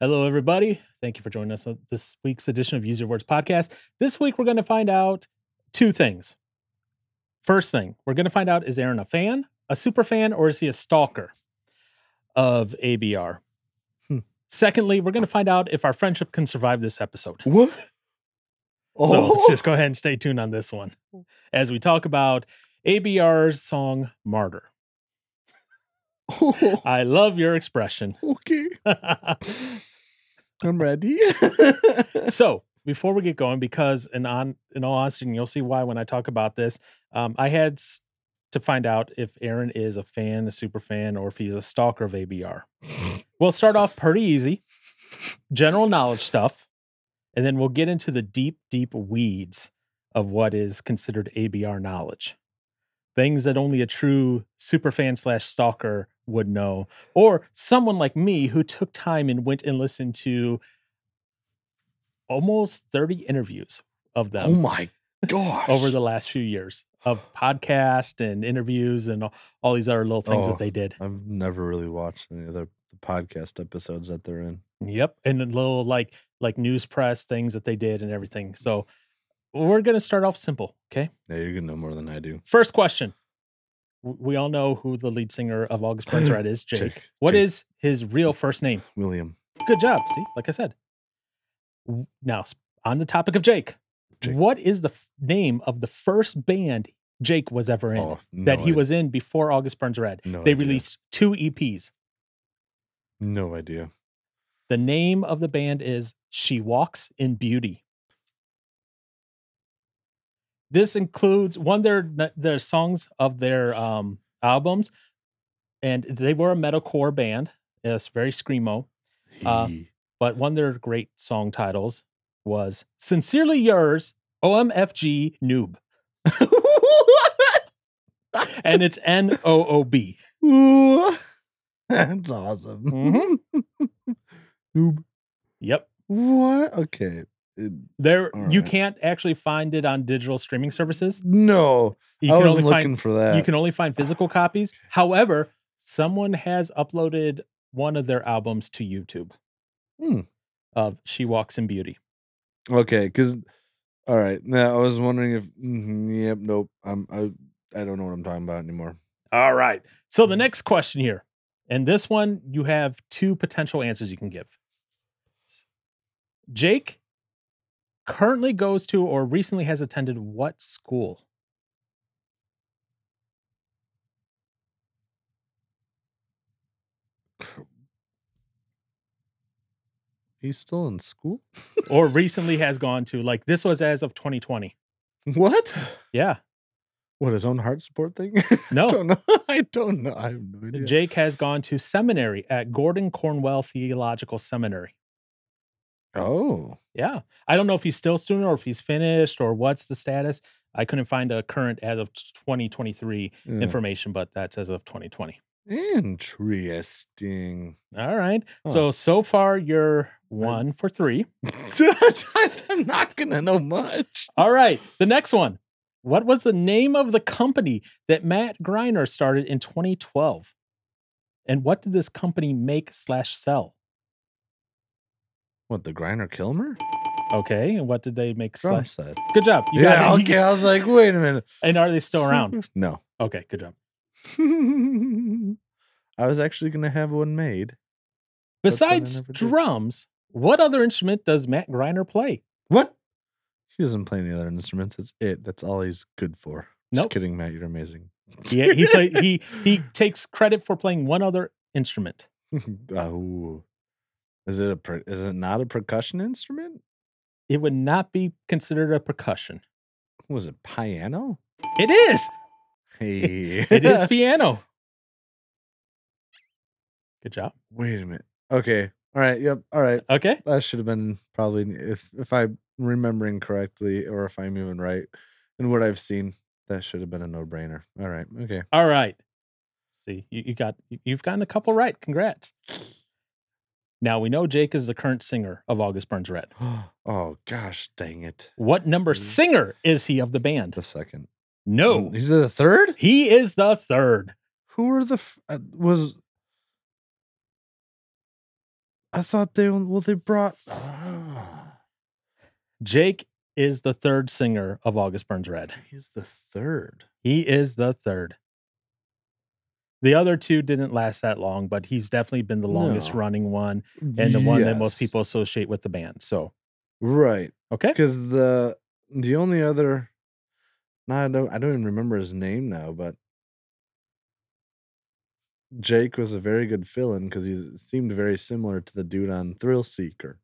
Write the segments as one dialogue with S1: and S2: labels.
S1: Hello, everybody. Thank you for joining us on this week's edition of Use Your Words podcast. This week, we're going to find out two things. First thing, we're going to find out is Aaron a fan, a super fan, or is he a stalker of ABR?
S2: Hmm.
S1: Secondly, we're going to find out if our friendship can survive this episode.
S2: What? Oh.
S1: So just go ahead and stay tuned on this one as we talk about ABR's song Martyr. I love your expression.
S2: okay. I'm ready. Oh
S1: so before we get going, because in on in all honesty, and you'll see why when I talk about this, um, I had s- to find out if Aaron is a fan, a super fan, or if he's a stalker of ABR. we'll start off pretty easy, general knowledge stuff, and then we'll get into the deep, deep weeds of what is considered ABR knowledge. Things that only a true super fan slash stalker would know, or someone like me who took time and went and listened to almost 30 interviews of
S2: oh
S1: them
S2: my gosh.
S1: Um, over the last few years of podcast and interviews and all, all these other little things
S2: Oh.
S1: that they did.
S2: I've never really watched any of the, the podcast episodes that they're in.
S1: Yep. And the little like like news press things that they did and everything. So we're gonna start off simple. Okay.
S2: Yeah, you're gonna know more than I do.
S1: First question. W- We all know who the lead singer of August Burns Red is, Jake. What is
S2: Jake- Jake
S1: his real first name?
S2: William?
S1: Good job. See, like I said. W- Now, s- on the topic of Jake,
S2: Jake.
S1: what is the f- name of the first band Jake was ever in
S2: Oh, no,
S1: that he
S2: I-
S1: was in before August Burns Red?
S2: No
S1: they
S2: idea.
S1: released two E EPs.
S2: No idea.
S1: The name of the band is She Walks in Beauty. This includes one of their their songs of their um, albums, and they were a metalcore band. It's very screamo, Uh,
S2: He-
S1: but one of their great song titles was "Sincerely Yours." OMFG noob, and it's N O O B.
S2: Ooh, That's awesome.
S1: Mm-hmm.
S2: Noob.
S1: Yep,
S2: What? Okay. It-
S1: there
S2: All
S1: you
S2: right.
S1: can't actually find it on digital streaming services.
S2: no,
S1: You
S2: I
S1: can
S2: wasn't
S1: only find
S2: looking for that.
S1: You can only find physical copies. However, someone has uploaded one of their albums to YouTube
S2: Hmm.
S1: of She Walks in Beauty.
S2: Okay, because all right. Now I was wondering if. mhm, yep. Nope. I'm. I. I don't know what I'm talking about anymore.
S1: All right. So the next question here, and this one you have two potential answers you can give. Jake currently goes to or recently has attended what school?
S2: He's still in school.
S1: Or recently has gone to? Like this was as of 2020.
S2: What?
S1: Yeah.
S2: What his own heart support thing? I
S1: No.
S2: don't know. I don't know. I have no idea.
S1: Jake has gone to seminary at Gordon Cornwell Theological Seminary.
S2: oh,
S1: Yeah. I don't know if he's still a student or if he's finished or what's the status. I couldn't find a current as of 2023
S2: yeah.
S1: information, but that's as of 2020.
S2: interesting.
S1: All right.
S2: Huh.
S1: So, so far, you're one for three.
S2: I'm not gonna know much.
S1: All right. The next one. What was the name of the company that Matt Greiner started in 2012? And what did this company make slash sell?
S2: What the Griner Kilmer
S1: Okay. And what did they make
S2: drum
S1: slash?
S2: set?
S1: Good job. You
S2: yeah.
S1: got it.
S2: okay. I was like, wait a minute.
S1: And are they still around?
S2: No.
S1: Okay. Good job.
S2: I was actually gonna have one made. But then I
S1: Besides
S2: never did.
S1: drums, what other instrument does Matt Greiner play?
S2: What? He doesn't play any other instruments. That's it. That's all he's good for. Just
S1: Nope.
S2: kidding, Matt. You're amazing.
S1: He he play, he he takes credit for playing one other instrument.
S2: oh. Is it a per- is it not a percussion instrument?
S1: It would not be considered a percussion.
S2: Was it piano?
S1: It is.
S2: Hey.
S1: It is piano. Good job.
S2: Wait a minute. Okay. All right. Yep. All right.
S1: Okay.
S2: That should have been probably if if I'm remembering correctly or if I'm even right in what I've seen, that should have been a no-brainer. All right. Okay.
S1: All right. See, you, you got you- you've gotten a couple right. Congrats. Now we know Jake is the current singer of August Burns Red.
S2: Oh gosh, dang it.
S1: What number
S2: Mhm.
S1: singer is he of the band?
S2: The second.
S1: No.
S2: He's the third?
S1: He is the third.
S2: Who were the f- uh, was? I thought they well they brought. Ah,
S1: Jake is the third singer of August Burns Red.
S2: he's the third.
S1: He is the third. The other two didn't last that long, but he's definitely been the longest
S2: No.
S1: running one and the one that most
S2: Yes.
S1: people associate with the band. So,
S2: Right,
S1: okay.
S2: because the the only other. No, I don't. I don't even remember his name now, but. Jake was a very good fill-in because he seemed very similar to the dude on Thrill Seeker,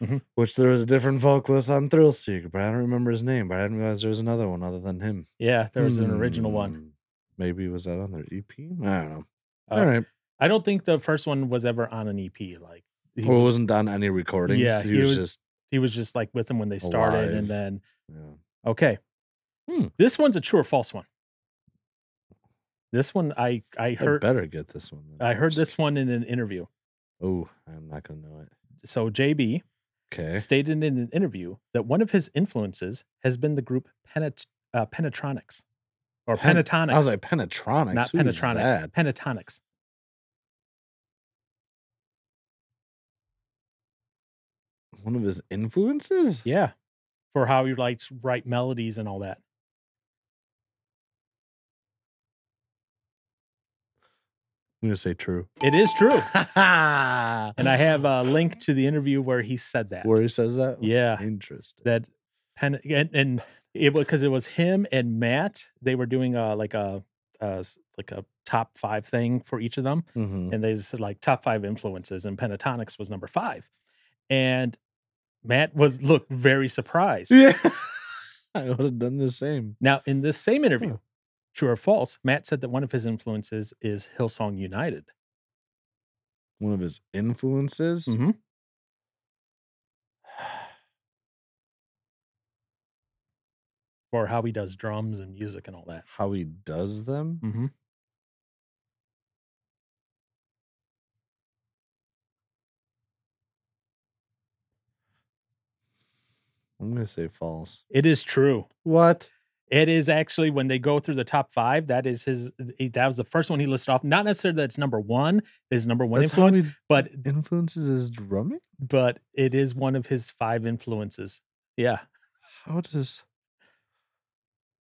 S1: Mhm.
S2: which there was a different vocalist on Thrill Seeker, but I don't remember his name. But I didn't realize there was another one other than him.
S1: Yeah, there was an original one.
S2: Hmm. Maybe was that on their EP? I don't know.
S1: Uh,
S2: All right.
S1: I don't think the first one was ever on an EP. Like, he,
S2: well, it
S1: was,
S2: wasn't on any recordings.
S1: Yeah,
S2: he,
S1: he
S2: was,
S1: was-
S2: just.
S1: he was just like with them when they started.
S2: Alive.
S1: And then,
S2: Yeah.
S1: okay.
S2: Hmm.
S1: This one's a true or false one. This one, I, I
S2: I
S1: heard.
S2: better get this one.
S1: I heard this one in an interview.
S2: Oh, I'm not gonna know it.
S1: So JB
S2: Okay.
S1: stated in an interview that one of his influences has been the group Penat- uh, Penetronics or
S2: Pen-
S1: Pentatonics,
S2: I was like Penetronics.
S1: not
S2: Who is
S1: Penetronics,
S2: that?
S1: Pentatonics.
S2: One of his influences.
S1: Yeah, for how he likes write melodies and all that.
S2: I'm gonna say true.
S1: It is true,
S2: and
S1: and I have a link to the interview where he said that.
S2: where he says that.
S1: Yeah.
S2: Interesting.
S1: that pen and, and it was because it was him and Matt. They were doing a like a, a s- like a top five thing for each of them.
S2: Mhm.
S1: and they just said like top five influences, and Pentatonics was number five. And Matt was looked very surprised.
S2: Yeah. I would have done the same.
S1: Now, in this same interview,
S2: Huh.
S1: true or false, Matt said that one of his influences is Hillsong United.
S2: One of his influences.
S1: Mhm. Or how he does drums and music and all that.
S2: How he does them.
S1: Mhm.
S2: I'm gonna say false.
S1: It is true.
S2: What?
S1: It is actually when they go through the top five. That is his. That was the first one he listed off. Not necessarily that's number one. His number one
S2: That's how
S1: influence,
S2: many
S1: but
S2: influences is drumming?
S1: but it is one of his five influences. Yeah.
S2: How does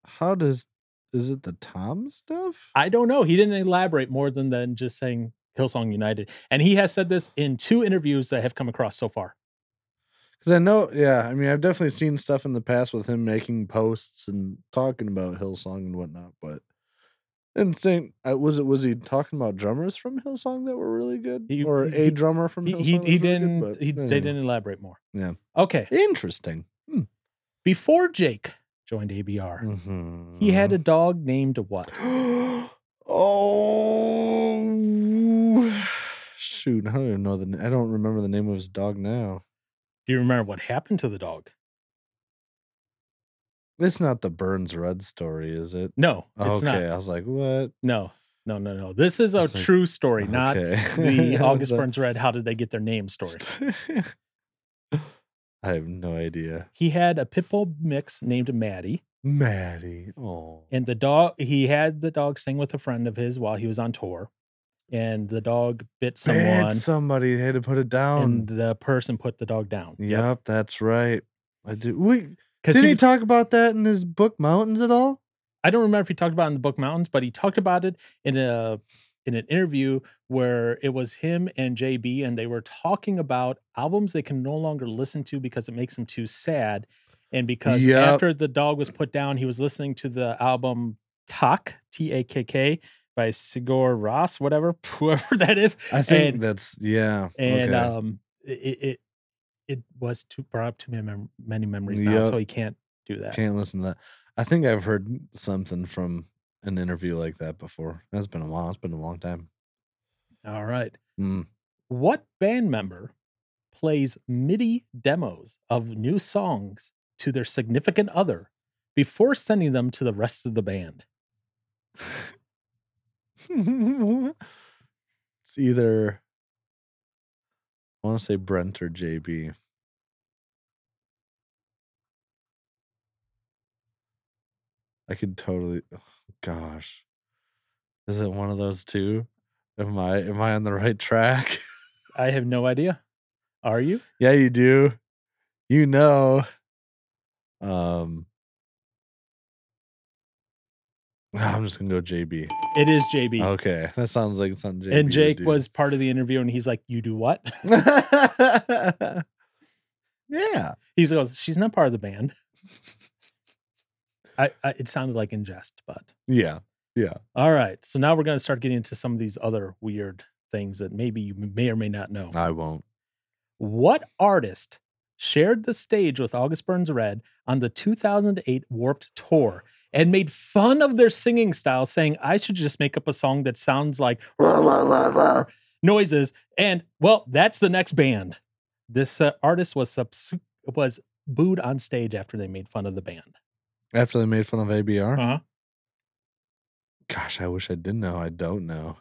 S2: how does is it the Tom stuff?
S1: I don't know. He didn't elaborate more than than just saying Hillsong United. And he has said this in two interviews that I have come across so far.
S2: Because I know, yeah, I mean, I've definitely seen stuff in the past with him making posts and talking about Hillsong and whatnot, but and saying uh, was it was he talking about drummers from Hillsong that were really good,
S1: He-
S2: or
S1: he-
S2: a drummer from
S1: He
S2: Hillsong?
S1: he, he
S2: that was really good?
S1: didn't
S2: But
S1: he, they
S2: anyway.
S1: didn't elaborate more.
S2: Yeah.
S1: Okay.
S2: Interesting.
S1: Before Jake joined ABR, he
S2: Mm-hmm.
S1: had a dog named what?
S2: oh shoot! I don't even know the. n- I don't remember the name of his dog now.
S1: Do you remember what happened to the dog?
S2: It's not the Burns Red story, is it?
S1: No, it's
S2: okay,
S1: not.
S2: I was like, what?
S1: No. No, no, no. This is a
S2: It's like-
S1: true story, not
S2: Okay.
S1: the August
S2: The
S1: Burns Red how did they get their name story.
S2: st- I have no idea.
S1: He had a pit bull mix named Maddie.
S2: Maddie. Oh.
S1: and the dog he had the dog staying with a friend of his while he was on tour and the dog bit someone
S2: Bad somebody they had to put
S1: and
S2: it down.
S1: the person put the dog down
S2: yep. that's right. I do. Wait,
S1: because
S2: did
S1: he,
S2: he,
S1: was-
S2: talk about that in his book Mountains at all?
S1: i don't remember if he talked about it in the book mountains but he talked about it in a in an interview where it was him and jb and they were talking about albums they can no longer listen to because it makes them too sad and because
S2: Yep.
S1: after the dog was put down he was listening to the album tak t-a-k-k by sigur ross whatever whoever that is
S2: I think
S1: And-
S2: that's yeah.
S1: and
S2: okay.
S1: um it, it it- it was too brought up too many, mem- many memories now
S2: Yep.
S1: so he can't do that
S2: can't listen to that. I think I've heard something from an interview like that before. That's been a while. It's been a long time.
S1: all right
S2: Mm.
S1: what band member plays midi demos of new songs to their significant other before sending them to the rest of the band
S2: it's either I want to say Brent or JB. I could totally oh, gosh. Is it one of those two? Am I am I on the right track?
S1: I have no idea. Are you?
S2: Yeah, you do. You know. Um I'm just gonna go JB.
S1: It is JB.
S2: Okay. That sounds like something JB.
S1: and
S2: would
S1: Jake
S2: do.
S1: was part of the interview, and he's like, "You do what?"
S2: Yeah.
S1: He goes, "She's not part of the band." I, I it sounded like in jest, but
S2: Yeah. Yeah.
S1: all right. So now we're gonna start getting into some of these other weird things that maybe you may or may not know.
S2: I won't.
S1: What artist shared the stage with August Burns Red on the 2008 Warped Tour and made fun of their singing style, saying, I should just make up a song that sounds like "Rah, rah, rah, rah," noises? And, well, that's the next band. This uh, artist was, subs- was booed on stage after they made fun of the band.
S2: After they made fun of ABR.
S1: Uh-huh.
S2: Gosh, I wish I did know. I don't know.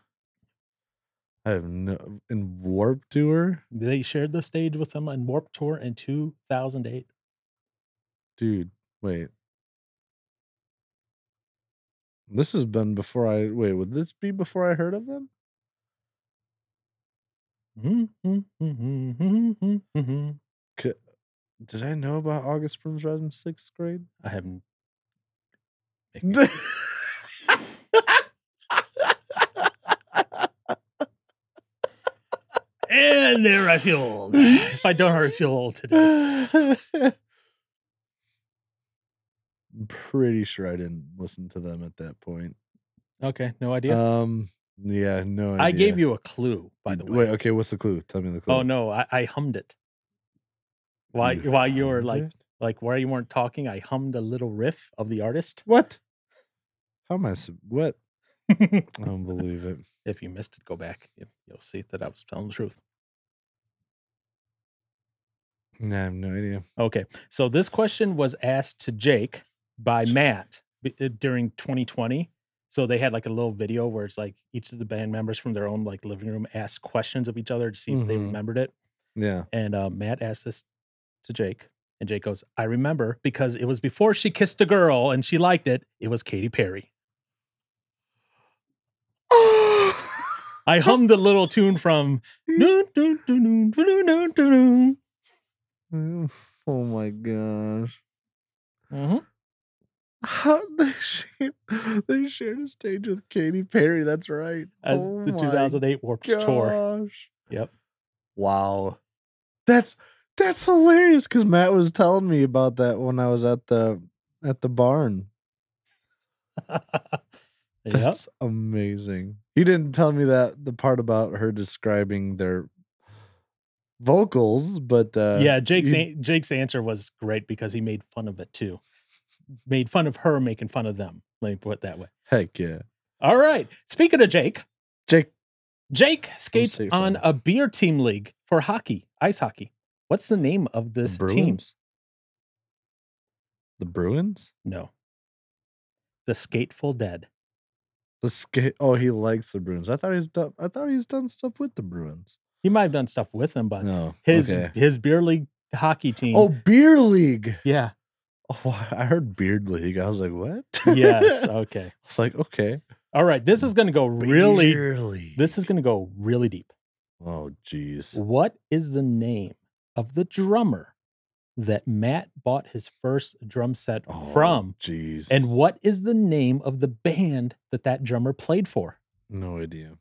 S2: I have no in Warp Tour?
S1: They shared the stage with them on Warped Tour in 2008.
S2: Dude, wait. This has been before I wait, would this be before I heard of them?
S1: I
S2: Did I know about August Burns Red in sixth grade?
S1: haven't. And there I feel old. if I don't already feel old today.
S2: I'm pretty sure I didn't listen to them at that point.
S1: Okay, no idea.
S2: Um yeah, no idea.
S1: I gave you a clue, by the way.
S2: Wait, okay, what's the clue? Tell me the clue.
S1: oh no, I, I hummed it. While while you were like
S2: hummed it?
S1: like where you weren't talking, I hummed a little riff of the artist.
S2: What? How am I sub- what? I don't believe it.
S1: if you missed it, go back. You- You'll see that I was telling the truth.
S2: Nah, I have no idea.
S1: Okay, so this question was asked to Jake by Matt b- uh, during 2020. So they had like a little video where it's like each of the band members from their own like living room asked questions of each other to see if they
S2: Mhm.
S1: remembered it.
S2: Yeah.
S1: And uh, Matt asked this to Jake, and Jake goes, "I remember because it was before she kissed a girl and she liked it. It was Katy Perry. I hummed a little tune from." "Dun,
S2: Mm.
S1: dun, dun, dun, dun, dun, dun, dun."
S2: oh my gosh. Mm-hmm.
S1: Mhm.
S2: How they shared, they shared a stage with Katy Perry. That's right.
S1: Uh,
S2: oh
S1: the
S2: my
S1: 2008 Warped Tour.
S2: gosh.
S1: Yep.
S2: Wow. That's that's hilarious because Matt was telling me about that when I was at the at the barn.
S1: yep.
S2: That's amazing. He didn't tell me that the part about her describing their vocals, but uh
S1: yeah, Jake's
S2: you-
S1: an- Jake's answer was great because he made fun of it too. Made fun of her making fun of them. Let me put it that way.
S2: heck yeah.
S1: All right. Speaking of Jake,
S2: Jake
S1: Jake skates
S2: safe
S1: on
S2: on
S1: a beer team league for hockey, ice hockey. What's the name of this team?
S2: Bruins? The Bruins?
S1: No. The Skateful Dead.
S2: The skate oh he likes the Bruins. I thought he's done I thought he's done stuff with the Bruins.
S1: He might have done stuff with them, but
S2: No.
S1: his
S2: okay.
S1: his beer league hockey team.
S2: Oh beer league.
S1: yeah.
S2: Oh I heard beard league. I was like, what?
S1: Yes.
S2: I
S1: okay.
S2: was like, okay.
S1: All right. This is going to go really.
S2: Beer league.
S1: This is going to go really deep.
S2: Oh jeez.
S1: What is the name of the drummer that Matt bought his first drum set
S2: Oh,
S1: from?
S2: jeez.
S1: And what is the name of the band that that drummer played for?
S2: no idea.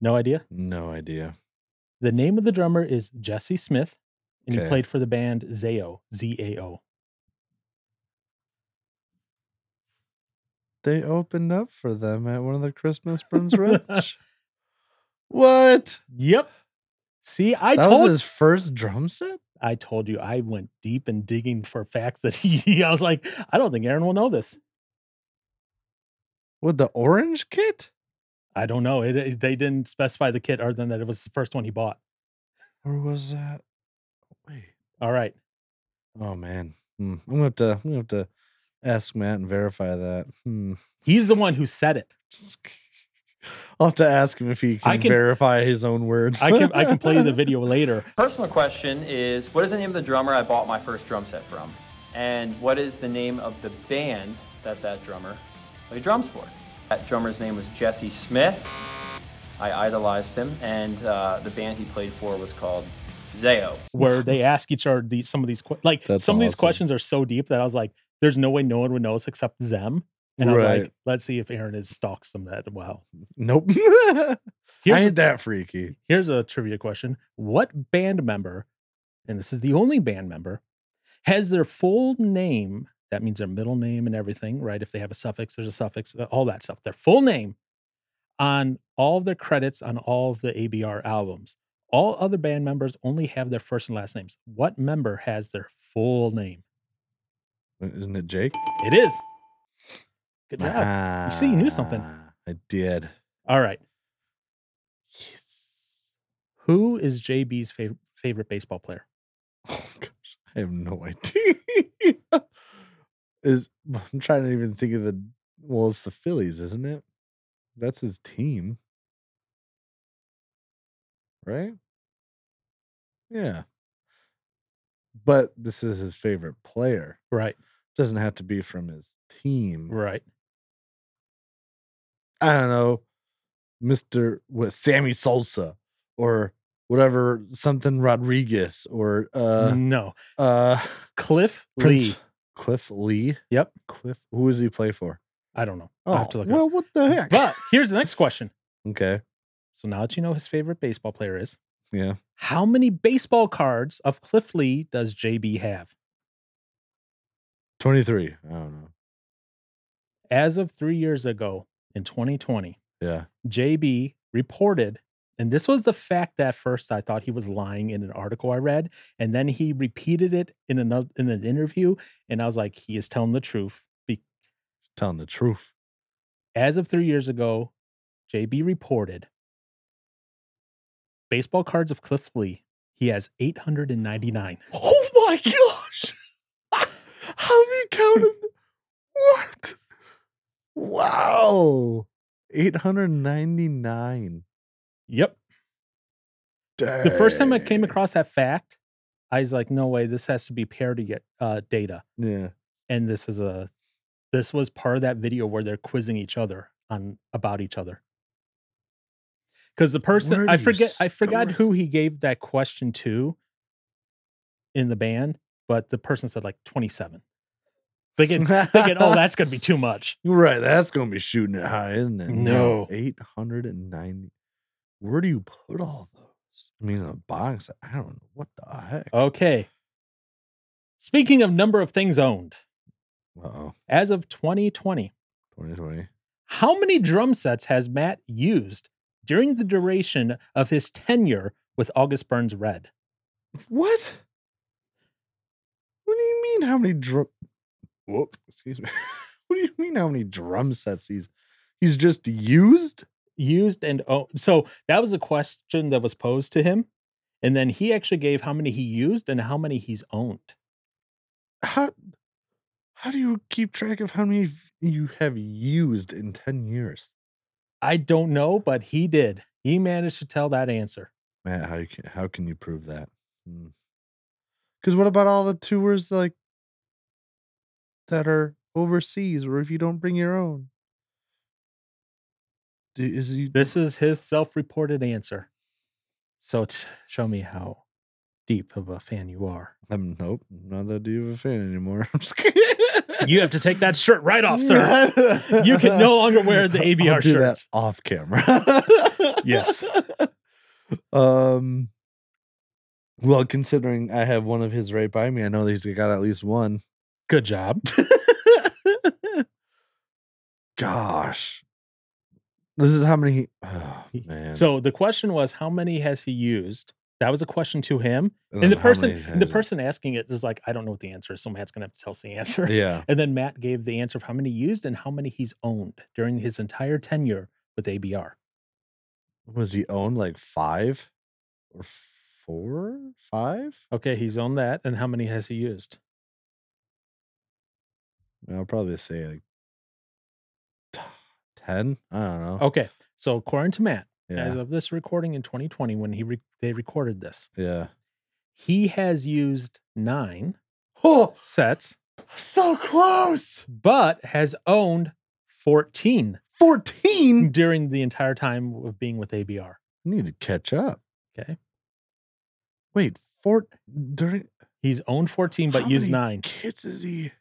S1: No idea.
S2: No idea.
S1: The name of the drummer is Jesse Smith, and
S2: Okay.
S1: he played for the band Zao, Z A O.
S2: They opened up for them at one of the Christmas Burns Ranch. what?
S1: Yep. See, I
S2: that
S1: told
S2: was his first drum set?
S1: I told you I went deep in digging for facts that he. I was like, I don't think Aaron will know this.
S2: With the orange kit?
S1: I don't know. It, it- they didn't specify the kit other than that it was the first one he bought.
S2: Or was that wait.
S1: All right.
S2: Oh man. Hmm. I'm gonna have to I'm gonna have to ask Matt and verify that. Hmm.
S1: He's the one who said it.
S2: Just- I'll have to ask him if he
S1: I
S2: can,
S1: can-
S2: verify his own words.
S1: I can I can play you the video later.
S3: Personal question is what is the name of the drummer I bought my first drum set from? And what is the name of the band that that drummer played drums for? That drummer's name was Jesse Smith. I idolized him, and uh, the band he played for was called Zao.
S1: where they ask each other these some of these que- like
S2: That's
S1: some of these
S2: awesome.
S1: questions are so deep that I was like, there's no way no one would know us except them. And I was
S2: Right.
S1: like, let's see if Aaron is stalks them that well.
S2: Nope. I
S1: Here's,
S2: ain't that freaky.
S1: here's a trivia question. What band member, and this is the only band member, has their full name, that means their middle name and everything, right? If they have a suffix, there's a suffix, uh, all that stuff. Their full name on all of their credits on all of the ABR albums. All other band members only have their first and last names. What member has their full name?
S2: Isn't it Jake?
S1: It is. Good job.
S2: Ah,
S1: see, you knew something.
S2: I did.
S1: All right. Who is JB's favorite favorite baseball player?
S2: Oh gosh, I have no idea. Is I'm trying to even think of the well, it's the Phillies, isn't it? That's his team. Right? Yeah. But this is his favorite player.
S1: Right.
S2: Doesn't have to be from his team.
S1: Right.
S2: I don't know, Mr. What, Sammy Salsa or whatever something Rodriguez or uh
S1: no.
S2: uh
S1: Cliff
S2: Prince-
S1: Lee.
S2: Cliff Lee.
S1: Yep.
S2: Cliff. Who does he play for?
S1: I don't know. I'll have to look it
S2: Oh, well, what the
S1: up.
S2: heck?
S1: But here's the next question.
S2: okay.
S1: So now that you know his favorite baseball player is,
S2: Yeah.
S1: how many baseball cards of Cliff Lee does JB have?
S2: Twenty three. I don't know.
S1: As of three years ago in 2020,
S2: Yeah.
S1: JB reported, and this was the fact that first I thought he was lying in an article I read, and then he repeated it in another in an interview, and I was like, he is telling the truth. Be-
S2: Telling the truth.
S1: As of three years ago, JB reported baseball cards of Cliff Lee. He has 899.
S2: Oh my gosh. How have you counted? what? Wow. Eight hundred ninety nine.
S1: Yep. The first time I came across that fact, I was like, no way, this has to be paired to get uh, data.
S2: Yeah.
S1: and this is a this was part of that video where they're quizzing each other on about each other because the person
S2: Where
S1: i
S2: do you
S1: forget i forgot
S2: start?
S1: who he gave that question to in the band but the person said like 27 thinking thinking oh that's gonna be too much
S2: You're right. That's going to be shooting it high, isn't it?
S1: No.
S2: 890. Where do you put all those? I mean, in a box. I don't know. What the heck?
S1: okay speaking of number of things owned
S2: Uh oh.
S1: as of 2020
S2: 2020.
S1: How many drum sets has Matt used during the duration of his tenure with August Burns Red?
S2: What? What do you mean how many drum. Whoop. Excuse me. what do you mean how many drum sets he's he's just used?
S1: Used and oh, so that was a question that was posed to him, and then he actually gave how many he used and how many he's owned.
S2: How how do you keep track of how many you have used in 10 years?
S1: I don't know, but he did. He managed to tell that answer.
S2: Matt, how you can how can you prove that? Because what about all the tours like that are overseas, or if you don't bring your own? Do, is he,
S1: This is his self-reported answer. So t- show me how deep of a fan you are.
S2: I'm nope, not that deep of a fan anymore. I'm just kidding.
S1: You have to take that shirt right off, sir. You can no longer wear the ABR
S2: I'll do that
S1: shirts.
S2: off camera.
S1: Yes.
S2: Um. Well, considering I have one of his right by me, I know that he's got at least one.
S1: Good job.
S2: Gosh. This is how many. Oh, man.
S1: So the question was, how many has he used? That was a question to him, and,
S2: then
S1: the
S2: how
S1: person,
S2: many
S1: and the
S2: has-
S1: person asking it is like, I don't know what the answer is, so Matt's gonna have to tell us the answer.
S2: Yeah.
S1: And then Matt gave the answer of how many used and how many he's owned during his entire tenure with ABR.
S2: Was he owned like five or four? Five?
S1: Okay, he's owned that, and how many has he used?
S2: I'll probably say like t- 10. I don't know.
S1: Okay, so according to Matt, as
S2: yeah.
S1: of this recording in 2020, when he re- they recorded this,
S2: Yeah.
S1: he has used nine
S2: Oh,
S1: sets,
S2: so close.
S1: but has owned 14
S2: 14?
S1: during the entire time of being with ABR.
S2: I need to catch up.
S1: Okay.
S2: Wait, four during
S1: He's owned 14 but
S2: how
S1: used
S2: many
S1: 9.
S2: Kids is he?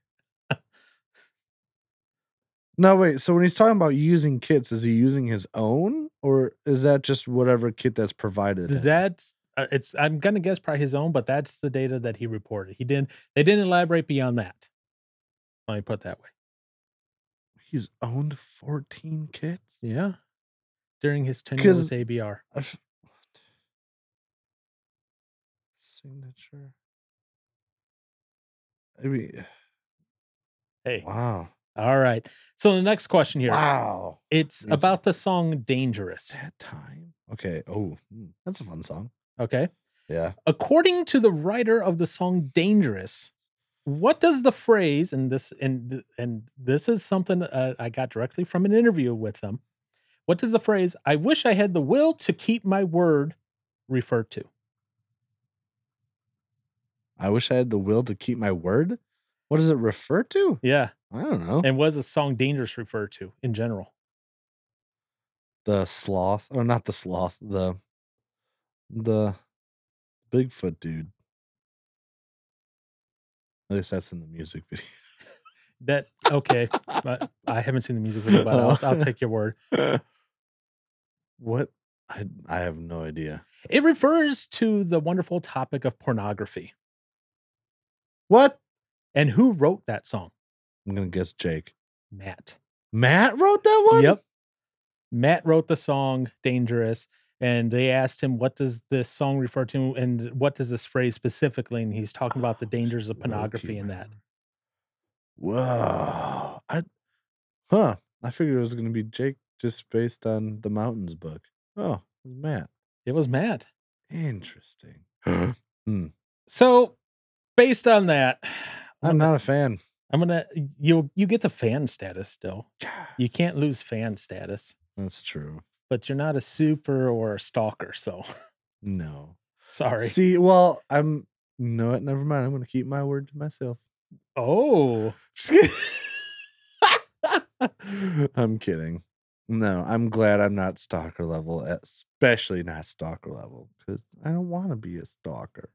S2: no, wait. So when he's talking about using kits, is he using his own, or is that just whatever kit that's provided? him?
S1: That's uh, it's I'm going to guess probably his own but that's the data that he reported. He didn't they didn't elaborate beyond that. Let me put it that way.
S2: he's owned fourteen kits.
S1: Yeah. During his tenure
S2: 'Cause-
S1: with ABR.
S2: I f- Signature. I mean,
S1: Hey.
S2: wow,
S1: All right. So the next question here.
S2: wow.
S1: It's
S2: Music.
S1: about the song Dangerous.
S2: That time. Okay. Oh, hmm, that's a fun song.
S1: Okay.
S2: Yeah.
S1: According to the writer of the song Dangerous, what does the phrase and this and th- and this is something uh, I got directly from an interview with them. What does the phrase "I wish I had the will to keep my word" refer to?
S2: I wish I had the will to keep my word. What does it refer to?
S1: Yeah,
S2: I don't know.
S1: and was the song "Dangerous" referred to in general?
S2: the sloth, or not the sloth, the the Bigfoot dude. At least that's in the music video.
S1: That okay? but I haven't seen the music video, but I'll, I'll take your word.
S2: what? I I have no idea.
S1: It refers to the wonderful topic of pornography
S2: What?
S1: and who wrote that song.
S2: I'm gonna guess Jake.
S1: Matt.
S2: Matt wrote that one.
S1: Yep. Matt wrote the song Dangerous and they asked him what does this song refer to and what does this phrase specifically and he's talking about
S2: Oh,
S1: the dangers of
S2: Will to keep
S1: pornography and
S2: my
S1: that.
S2: word. Wow. I huh. I figured it was gonna be Jake just based on the mountains book. Oh, it was Matt.
S1: It was Matt.
S2: Interesting.
S1: So based on that,
S2: I'm not a fan.
S1: I'm gonna you'll you get the fan status still. You can't lose fan status,
S2: That's true.
S1: but you're not a super or a stalker, so
S2: No.
S1: sorry.
S2: See, well, I'm no, what, never mind. I'm gonna keep my word to myself.
S1: Oh.
S2: I'm kidding. No, I'm glad I'm not stalker level, especially not stalker level, because I don't want to be a stalker.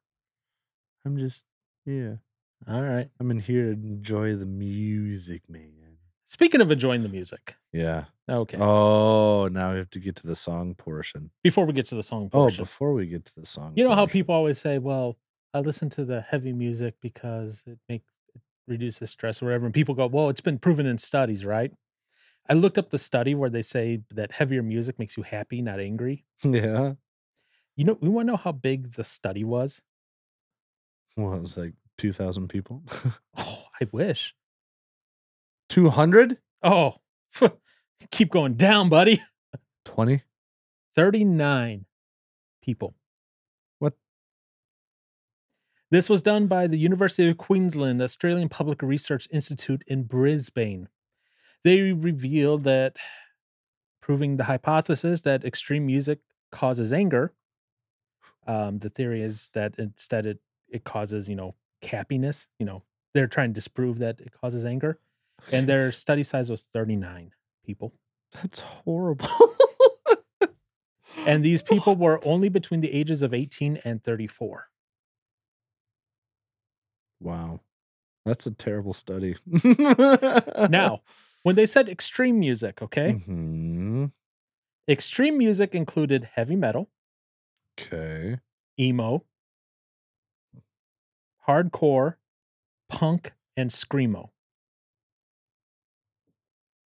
S2: I'm just, yeah,
S1: All right.
S2: I'm in here to enjoy the music, man.
S1: Speaking of enjoying the music.
S2: Yeah.
S1: Okay.
S2: Oh, now we have to get to the song portion.
S1: before we get to the song
S2: Oh,
S1: portion.
S2: before we get to the song,
S1: You know how
S2: portion.
S1: people always say, "Well, I listen to the heavy music because it makes it reduces stress or whatever." And people go, "Well, it's been proven in studies, right?" I looked up the study where they say that heavier music makes you happy, not angry.
S2: Yeah.
S1: You know, we want to know how big the study was.
S2: Well, it was like 2,000 people.
S1: Oh, I wish.
S2: 200?
S1: Oh, keep going down, buddy.
S2: 20?
S1: Thirty-nine people.
S2: What?
S1: This was done by the University of Queensland Australian Public Research Institute in Brisbane. They revealed that proving the hypothesis that extreme music causes anger. Um, the theory is that instead it, it causes, you know, happiness. You know, they're trying to disprove that it causes anger. And their study size was 39 people.
S2: That's horrible.
S1: And these people were only between the ages of 18 and 34.
S2: Wow. That's a terrible study.
S1: Now, when they said extreme music, okay,
S2: Mhm.
S1: extreme music included heavy metal,
S2: Okay.
S1: emo, hardcore, punk, and screamo.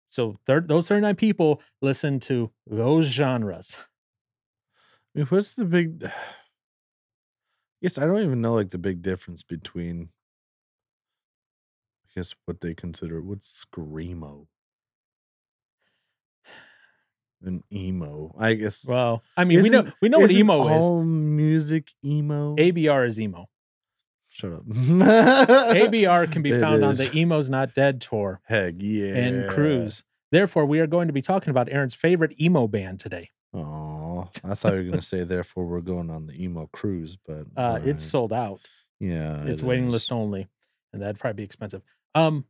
S1: So thir- those 39 people listened to those genres.
S2: I mean, What's the big. Yes, I don't even know like the big difference between. I guess what they consider what's screamo. An emo, I guess.
S1: Well, I mean, we know
S2: Isn't-
S1: we know what
S2: isn't
S1: emo is.
S2: All music emo.
S1: ABR is emo.
S2: Shut up.
S1: ABR can be
S2: It
S1: found on
S2: is.
S1: the Emo's Not Dead tour.
S2: Heck yeah.
S1: and Cruise. Therefore, we are going to be talking about Aaron's favorite emo band today.
S2: Oh, I thought you were gonna say therefore we're going on the emo cruise, but
S1: Uh, It's
S2: alright.
S1: sold out.
S2: yeah,
S1: It's
S2: it
S1: waiting
S2: is.
S1: list only, and that'd probably be expensive. Um,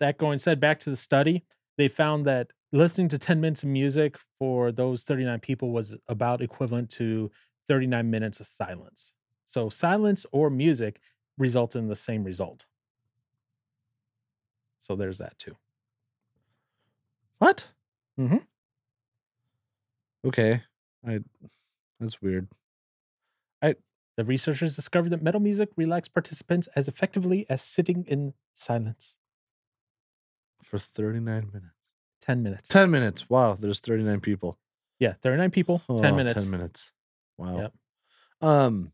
S1: that going said, back to the study, they found that listening to 10 minutes of music for those 39 people was about equivalent to 39 minutes of silence. So silence or music result in the same result. So there's that too.
S2: What?
S1: Mhm.
S2: Okay. I. That's weird.
S1: The researchers discovered that metal music relaxed participants as effectively as sitting in silence.
S2: For 39 minutes.
S1: 10 minutes.
S2: 10 minutes. Wow. There's 39 people.
S1: Yeah, 39 people, 10
S2: Oh,
S1: minutes.
S2: 10 minutes. Wow.
S1: Yep.
S2: Um.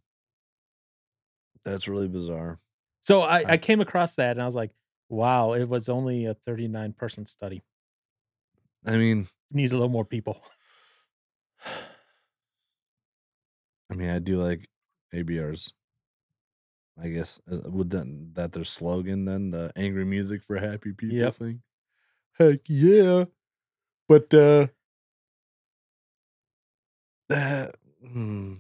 S2: That's really bizarre.
S1: So I, I
S2: Right.
S1: came across that and I was like, wow, it was only a 39 person study.
S2: I mean,
S1: needs a little more people.
S2: I mean, I do like ABRs. I guess uh, would then that their slogan then the angry music for happy people
S1: Yep.
S2: thing. Heck yeah, but uh, that hmm,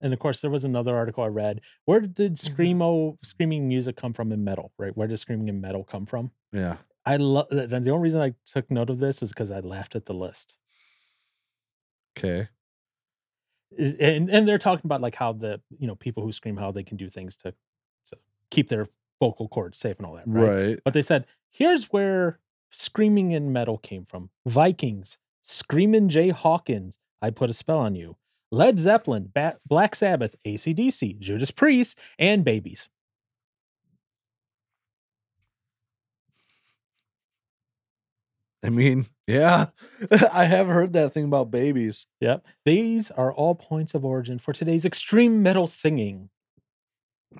S1: And of course, there was another article I read. Where did screamo screaming music come from in metal? Right? Where does screaming in metal come from?
S2: yeah,
S1: I love. The only reason I took note of this is because I laughed at the list.
S2: okay,
S1: I- And and they're talking about like how the you know people who scream how they can do things to, to keep their vocal cords safe and all that. Right?
S2: right.
S1: But they said here's where screaming in metal came from: Vikings, screaming Jay Hawkins. I put a spell on you. Led Zeppelin, ba- Black Sabbath, ACDC, Judas Priest, and babies.
S2: I mean, yeah, I have heard that thing about babies.
S1: Yep. These are all points of origin for today's extreme metal singing.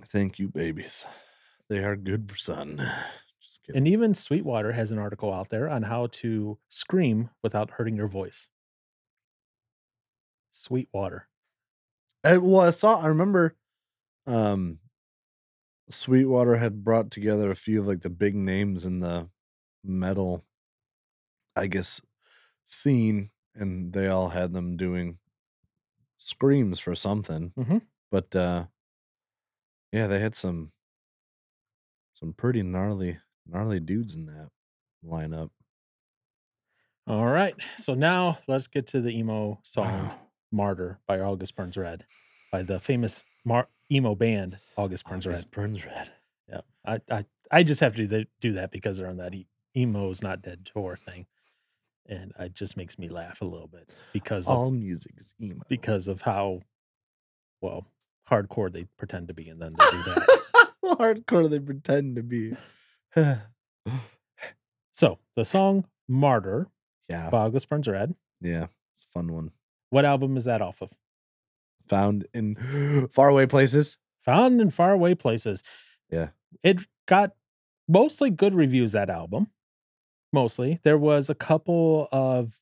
S2: Thank you, babies. They are good for son. Just kidding.
S1: And even Sweetwater has an article out there on how to scream without hurting your voice. Sweetwater.
S2: I, well, I saw. I remember, um, Sweetwater had brought together a few of like the big names in the metal, I guess, scene, and they all had them doing screams for something.
S1: Mhm.
S2: But uh, yeah, they had some some pretty gnarly gnarly dudes in that lineup.
S1: All right. So now let's get to the emo song Martyr by August Burns Red by the famous mar- emo band August Burns
S2: Burns
S1: Red.
S2: Burns red.
S1: Yeah. I, I, I just have to do that- do that because they're on that e- emo is not dead tour thing. And it just makes me laugh a little bit because of
S2: All music is emo.
S1: because of how well hardcore they pretend to be and then they do that.
S2: How hardcore they pretend to be.
S1: so the song Martyr
S2: yeah.
S1: by August Burns Red.
S2: Yeah. It's a fun one.
S1: What album is that off of?
S2: Found in faraway places.
S1: Found in Faraway Places.
S2: Yeah.
S1: It got mostly good reviews that album. Mostly. There was a couple of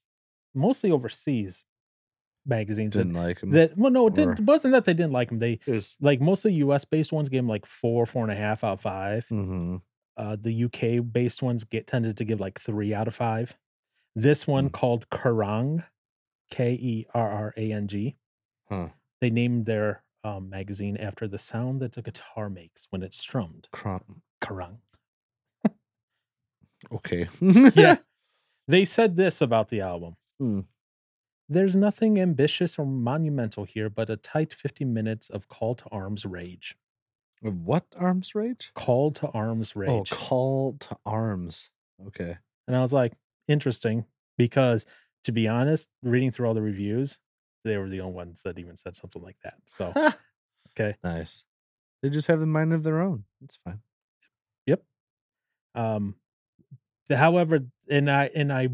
S1: mostly overseas magazines
S2: Didn't like them.
S1: that well no it didn't
S2: or-
S1: it wasn't that they didn't like them. They like mostly US based ones gave them like four, four and a half out of five.
S2: mm-hmm.
S1: Uh, the UK based ones get tended to give like three out of five. This one
S2: Mm.
S1: called Kerrang, K E R R A N G.
S2: Huh.
S1: They named their um, magazine after the sound that the guitar makes when it's strummed.
S2: Crom-
S1: Kerrang.
S2: okay.
S1: Yeah. they said this about the album.
S2: Mm.
S1: There's nothing ambitious or monumental here, but a tight 50 minutes of call to arms rage.
S2: Of what arms rage?
S1: Call to arms rage.
S2: Oh, call to arms. Okay.
S1: And I was like, interesting, because to be honest, reading through all the reviews, they were the only ones that even said something like that. So, okay.
S2: Nice. They just have the mind of their own. It's fine.
S1: Um, the- however, and I and I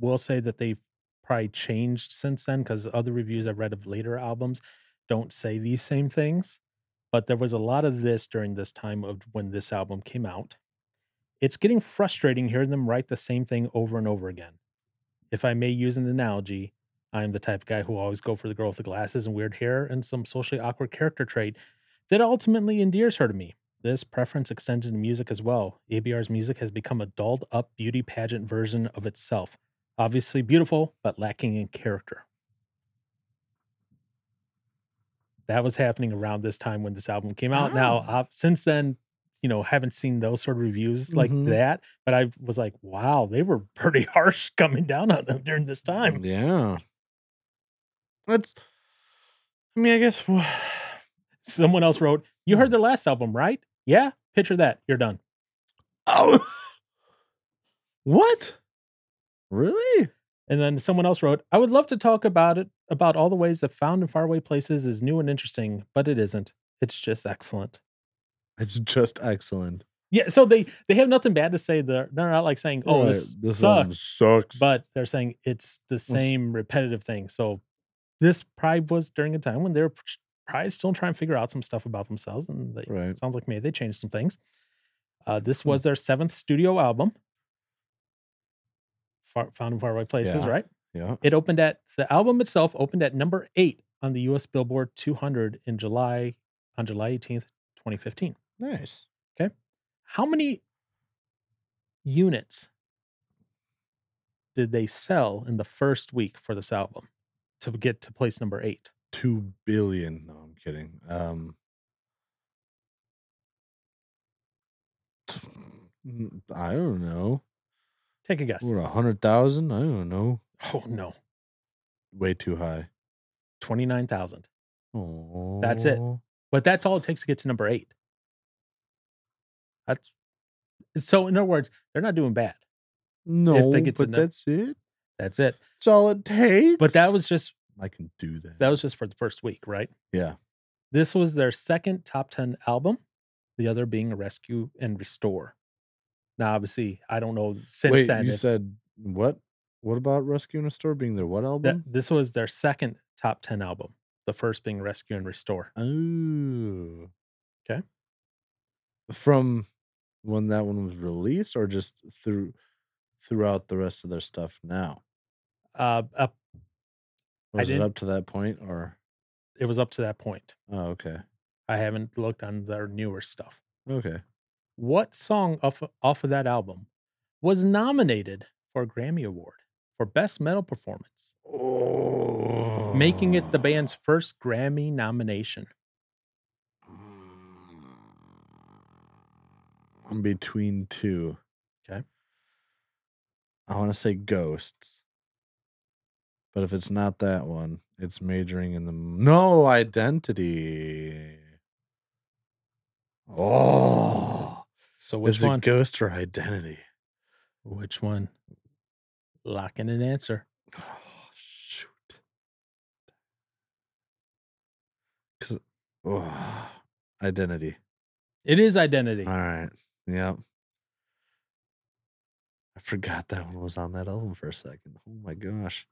S1: will say that they've probably changed since then because other reviews I've read of later albums don't say these same things. But there was a lot of this during this time of when this album came out. It's getting frustrating hearing them write the same thing over and over again. If I may use an analogy, I am the type of guy who always go for the girl with the glasses and weird hair and some socially awkward character trait that ultimately endears her to me. This preference extends into music as well. ABR's music has become a dolled up beauty pageant version of itself. Obviously beautiful, but lacking in character. That was happening around this time when this album came out. Now,
S2: Ah.
S1: uh, since then, you know haven't seen those sort of reviews like
S2: Mhm.
S1: that, but I was like, wow, they were pretty harsh coming down on them during this time.
S2: Yeah. That's. I mean, I guess. wha-
S1: Someone else wrote, "You heard their last album, right? Yeah, picture that. You're done."
S2: Oh. What? Really?
S1: And then someone else wrote, "I would love to talk about it about all the ways that found in faraway places is new and interesting, but it isn't. It's just excellent."
S2: It's just excellent.
S1: Yeah, so they they have nothing bad to say. They're they're not like saying, "Oh,
S2: Right,
S1: this,
S2: album
S1: sucks,"
S2: sucks.
S1: but they're saying it's the same repetitive thing. So this probably was during a time when they were probably still trying to figure out some stuff about themselves, and they,
S2: Right.
S1: it sounds like maybe they changed some things. Uh, this
S2: Hmm.
S1: was their seventh studio album, far, found in faraway places,
S2: Yeah.
S1: right?
S2: Yeah.
S1: It opened at the album itself opened at number eight on the U.S. Billboard 200 in July on July 18th, 2015.
S2: Nice.
S1: How many units did they sell in the first week for this album to get to place number eight?
S2: Two billion. No, I'm kidding. Um. I don't know.
S1: Take a guess.
S2: What a hundred thousand? I don't know.
S1: Oh no,
S2: Way too high.
S1: twenty nine thousand.
S2: Oh,
S1: it. But that's all it takes to get to number eight. That's so. In other words, they're not doing bad.
S2: No,
S1: get to
S2: but
S1: num-
S2: that's it.
S1: That's it.
S2: That's all it takes.
S1: But that was just
S2: I can do that.
S1: that was just for the first week, right?
S2: yeah.
S1: This was their second top 10 album, the other being Rescue and Restore. Now, obviously, I don't know since
S2: Wait,
S1: then.
S2: you
S1: if
S2: said what? What about Rescue in a Store being their what
S1: that-
S2: album?
S1: this was their second top 10 album, the first being Rescue and Restore.
S2: Oh,
S1: 'Kay.
S2: From when that one was released, or just through throughout the rest of their stuff now?
S1: Uh, up, I
S2: Was it
S1: didn't-
S2: up to that point, or
S1: it was up to that point.
S2: oh, okay,
S1: I haven't looked on their newer stuff.
S2: okay.
S1: What song off, off of that album was nominated for a Grammy Award for Best Metal Performance, making it the band's first Grammy nomination?
S2: I'm between two.
S1: 'Kay.
S2: I want to say ghosts. But if it's not that one, it's majoring in the no identity. Oh,
S1: So, which
S2: is
S1: one?
S2: it ghost or identity?
S1: Which one? Lock in an answer.
S2: Oh, shoot. Cause, oh, identity.
S1: It is identity.
S2: All right. Yep. I forgot that one was on that album for a second. Oh my gosh.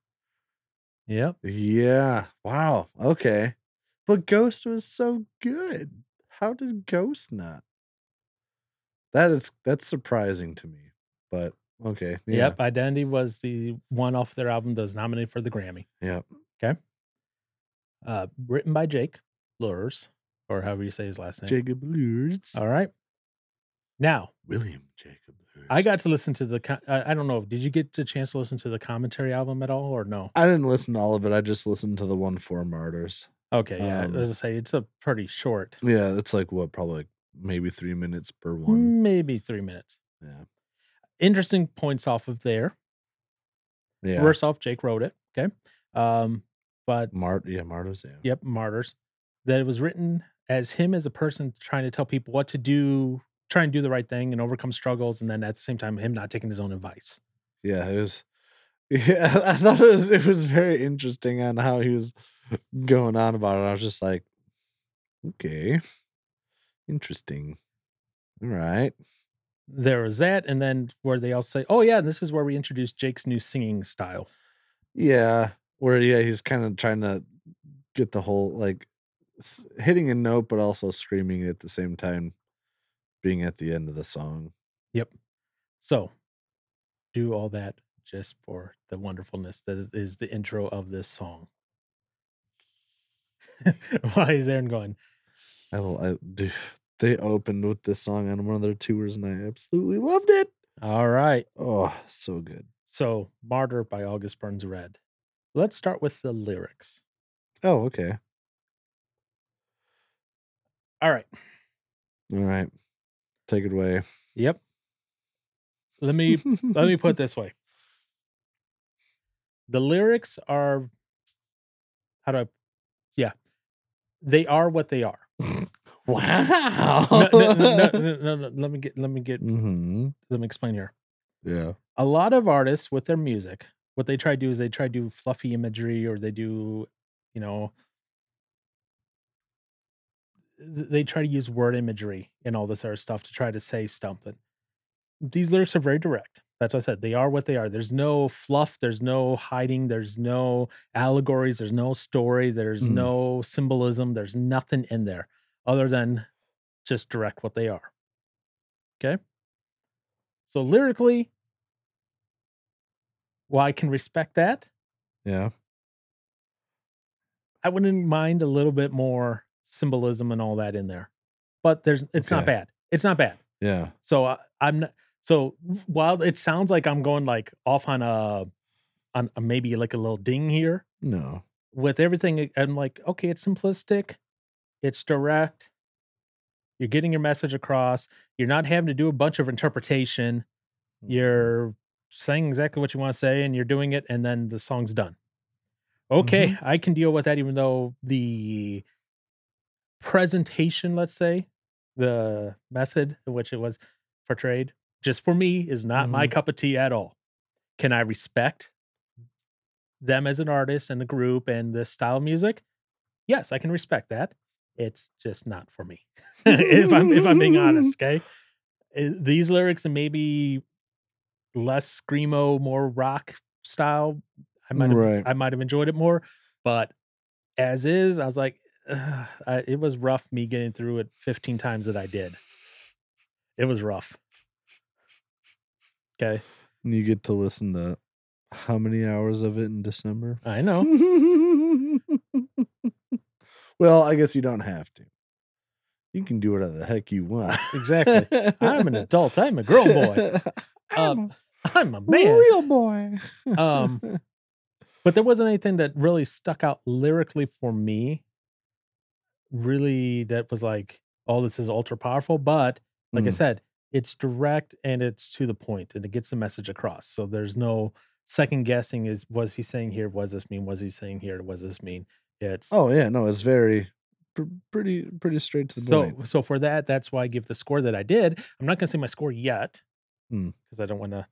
S1: Yep.
S2: Yeah. Wow. Okay. But Ghost was so good. How did Ghost not? That is that's surprising to me. But okay. Yeah.
S1: Yep. Identity was the one off their album that was nominated for the Grammy.
S2: Yep.
S1: Uh, written by Jake Lures, or however you say his last name.
S2: Jacob Lures.
S1: All right. Now,
S2: William Jacob Lures.
S1: I got to listen to the. co- I I don't know. Did you get a chance to listen to the commentary album at all, or no?
S2: I didn't listen to all of it. I just listened to the one for martyrs.
S1: Okay, yeah.
S2: Um,
S1: as I say, it's a pretty short,
S2: Yeah, it's like what, probably like maybe three minutes per one.
S1: maybe three minutes.
S2: Yeah.
S1: Interesting points off of there.
S2: Yeah.
S1: First off, Jake wrote it. Okay, um, but
S2: Mart, yeah, martyrs, yeah.
S1: Yep, Martyrs. That it was written as him as a person trying to tell people what to do, try and do the right thing and overcome struggles, and then at the same time him not taking his own advice.
S2: Yeah, it was. Yeah, I thought it was it was very interesting on how he was going on about it. I was just like, okay, interesting. All right.
S1: There was that, and then where they all say, "Oh yeah, and this is where we introduce Jake's new singing style."
S2: Yeah, where yeah, he's kind of trying to get the whole like s- hitting a note, but also screaming at the same time, being at the end of the song.
S1: So, do all that just for the wonderfulness that is- is the intro of this song. Why is Aaron going?
S2: I, l- I do. They opened with this song on one of their tours, and I absolutely loved it.
S1: All right.
S2: Oh, so good.
S1: So, Martyr by August Burns Red. Let's start with the lyrics.
S2: Oh, okay.
S1: All right.
S2: All right. Take it away.
S1: Yep. Let me let me put it this way the lyrics are how do i yeah they are what they are
S2: Wow.
S1: no, no, no, no, no, no, let me get let me get
S2: hmm
S1: let me explain here
S2: Yeah.
S1: a lot of artists with their music what they try to do is they try to do fluffy imagery or they do you know th- they try to use word imagery and all this other stuff to try to say something these lyrics are very direct that's what i said they are what they are there's no fluff there's no hiding there's no allegories there's no story there's
S2: Mhm.
S1: no symbolism there's nothing in there other than just direct what they are okay so lyrically well, I can respect that.
S2: Yeah.
S1: I wouldn't mind a little bit more symbolism and all that in there, but there's it's not
S2: Okay.
S1: bad. It's not bad.
S2: Yeah.
S1: So I, I'm not, so while it sounds like I'm going like off on a on a, maybe like a little ding here
S2: No.
S1: with everything, eh, I'm like okay, it's simplistic, it's direct. You're getting your message across. You're not having to do a bunch of interpretation. You're saying exactly what you want to say and you're doing it, and then the song's done. Okay, I can deal with that, even though the presentation, let's say, the method in which it was portrayed, just for me, is not my cup of tea at all. Can I respect them as an artist and the group and the style of music? Yes, I can respect that. It's just not for me. if I'm if I'm being honest, okay. Uh, These lyrics and maybe less screamo, more rock style. I might have
S2: Right.
S1: I might have enjoyed it more, but as is, I was like, "Ugh," I, it was rough me getting through it 15 times that I did. It was rough. Okay,
S2: And you get to listen to how many hours of it in December?
S1: I know.
S2: well, I guess you don't have to. You can do whatever the heck you want.
S1: Exactly. I'm an adult. I'm a grown boy. Um, I'm a man.
S2: real boy.
S1: Um, but there wasn't anything that really stuck out lyrically for me really that was like oh this is ultra powerful but like i
S2: Mm.
S1: said it's direct and it's to the point and it gets the message across so there's no second guessing is was he saying here was this mean was he saying here was this mean it's
S2: oh yeah, no, it's very pr- pretty, pretty straight to the
S1: so
S2: point.
S1: so for that that's why i give the score that i did i'm not going to say my score yet because
S2: Mm.
S1: i don't want to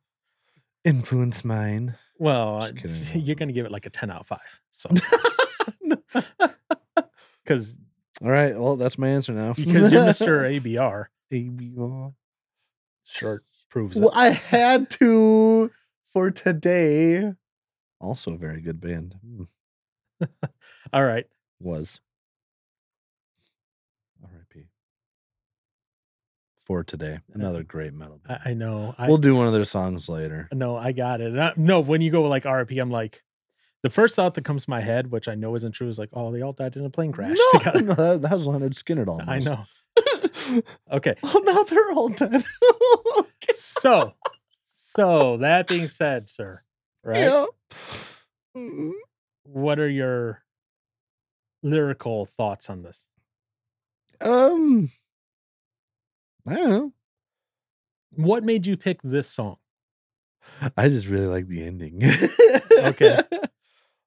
S2: Influence mine.
S1: well
S2: Just kidding.
S1: you're going to give it like a 10 out of 5 so
S2: All
S1: because
S2: right, well, that's my answer now.
S1: because you're Mr. ABR.
S2: ABR.
S1: Shirt proves it.
S2: Well, I had to for today. Also, a very good band. Mm,
S1: All right.
S2: Was. R.I.P. For today, another great metal. Band.
S1: I, I know. I
S2: we'll do one of their songs later.
S1: no, I got it. And I- no, when you go like RIP, I'm like, the first thought that comes to my head, which I know isn't true, is like, oh, they all died in a plane crash
S2: no,
S1: together.
S2: no, that, that was Leonard Skinner. Almost.
S1: I know. Okay.
S2: oh, now they're all dead.
S1: So, so that being said, sir, right?
S2: Yeah. Mm.
S1: What are your lyrical thoughts on this?
S2: Um. I don't know.
S1: What made you pick this song?
S2: I just really like the ending.
S1: Okay.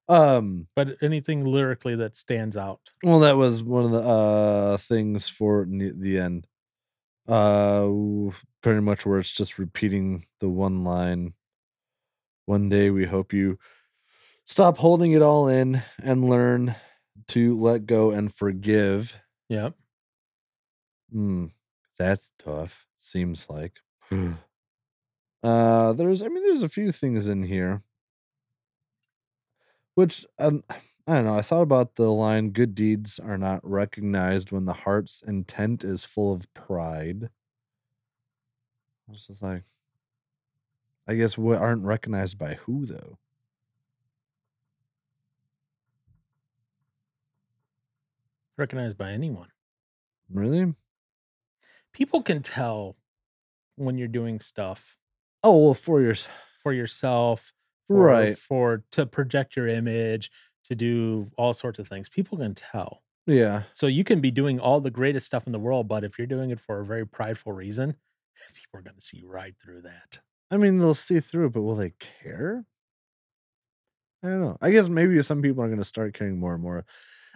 S2: Um.
S1: But anything lyrically that stands out?
S2: Well, that was one of the uh things for ne- the end. Uh, w- pretty much where it's just repeating the one line. One day we hope you stop holding it all in and learn to let go and forgive.
S1: Yeah.
S2: Hmm, that's tough. Seems like. uh, there's, I mean, there's a few things in here, which um, I don't know. I thought about the line: "Good deeds are not recognized when the heart's intent is full of pride." I was just like, I guess what aren't recognized by who though.
S1: Recognized by anyone.
S2: Really?
S1: People can tell when you're doing stuff
S2: Oh well, four years.
S1: for yourself for,
S2: Right.
S1: for to project your image to do all sorts of things people can tell
S2: Yeah.
S1: So you can be doing all the greatest stuff in the world, but if you're doing it for a very prideful reason, people are going to see right through that.
S2: I mean, they'll see through it, but will they care? I don't know. I guess maybe some people are going to start caring more and more.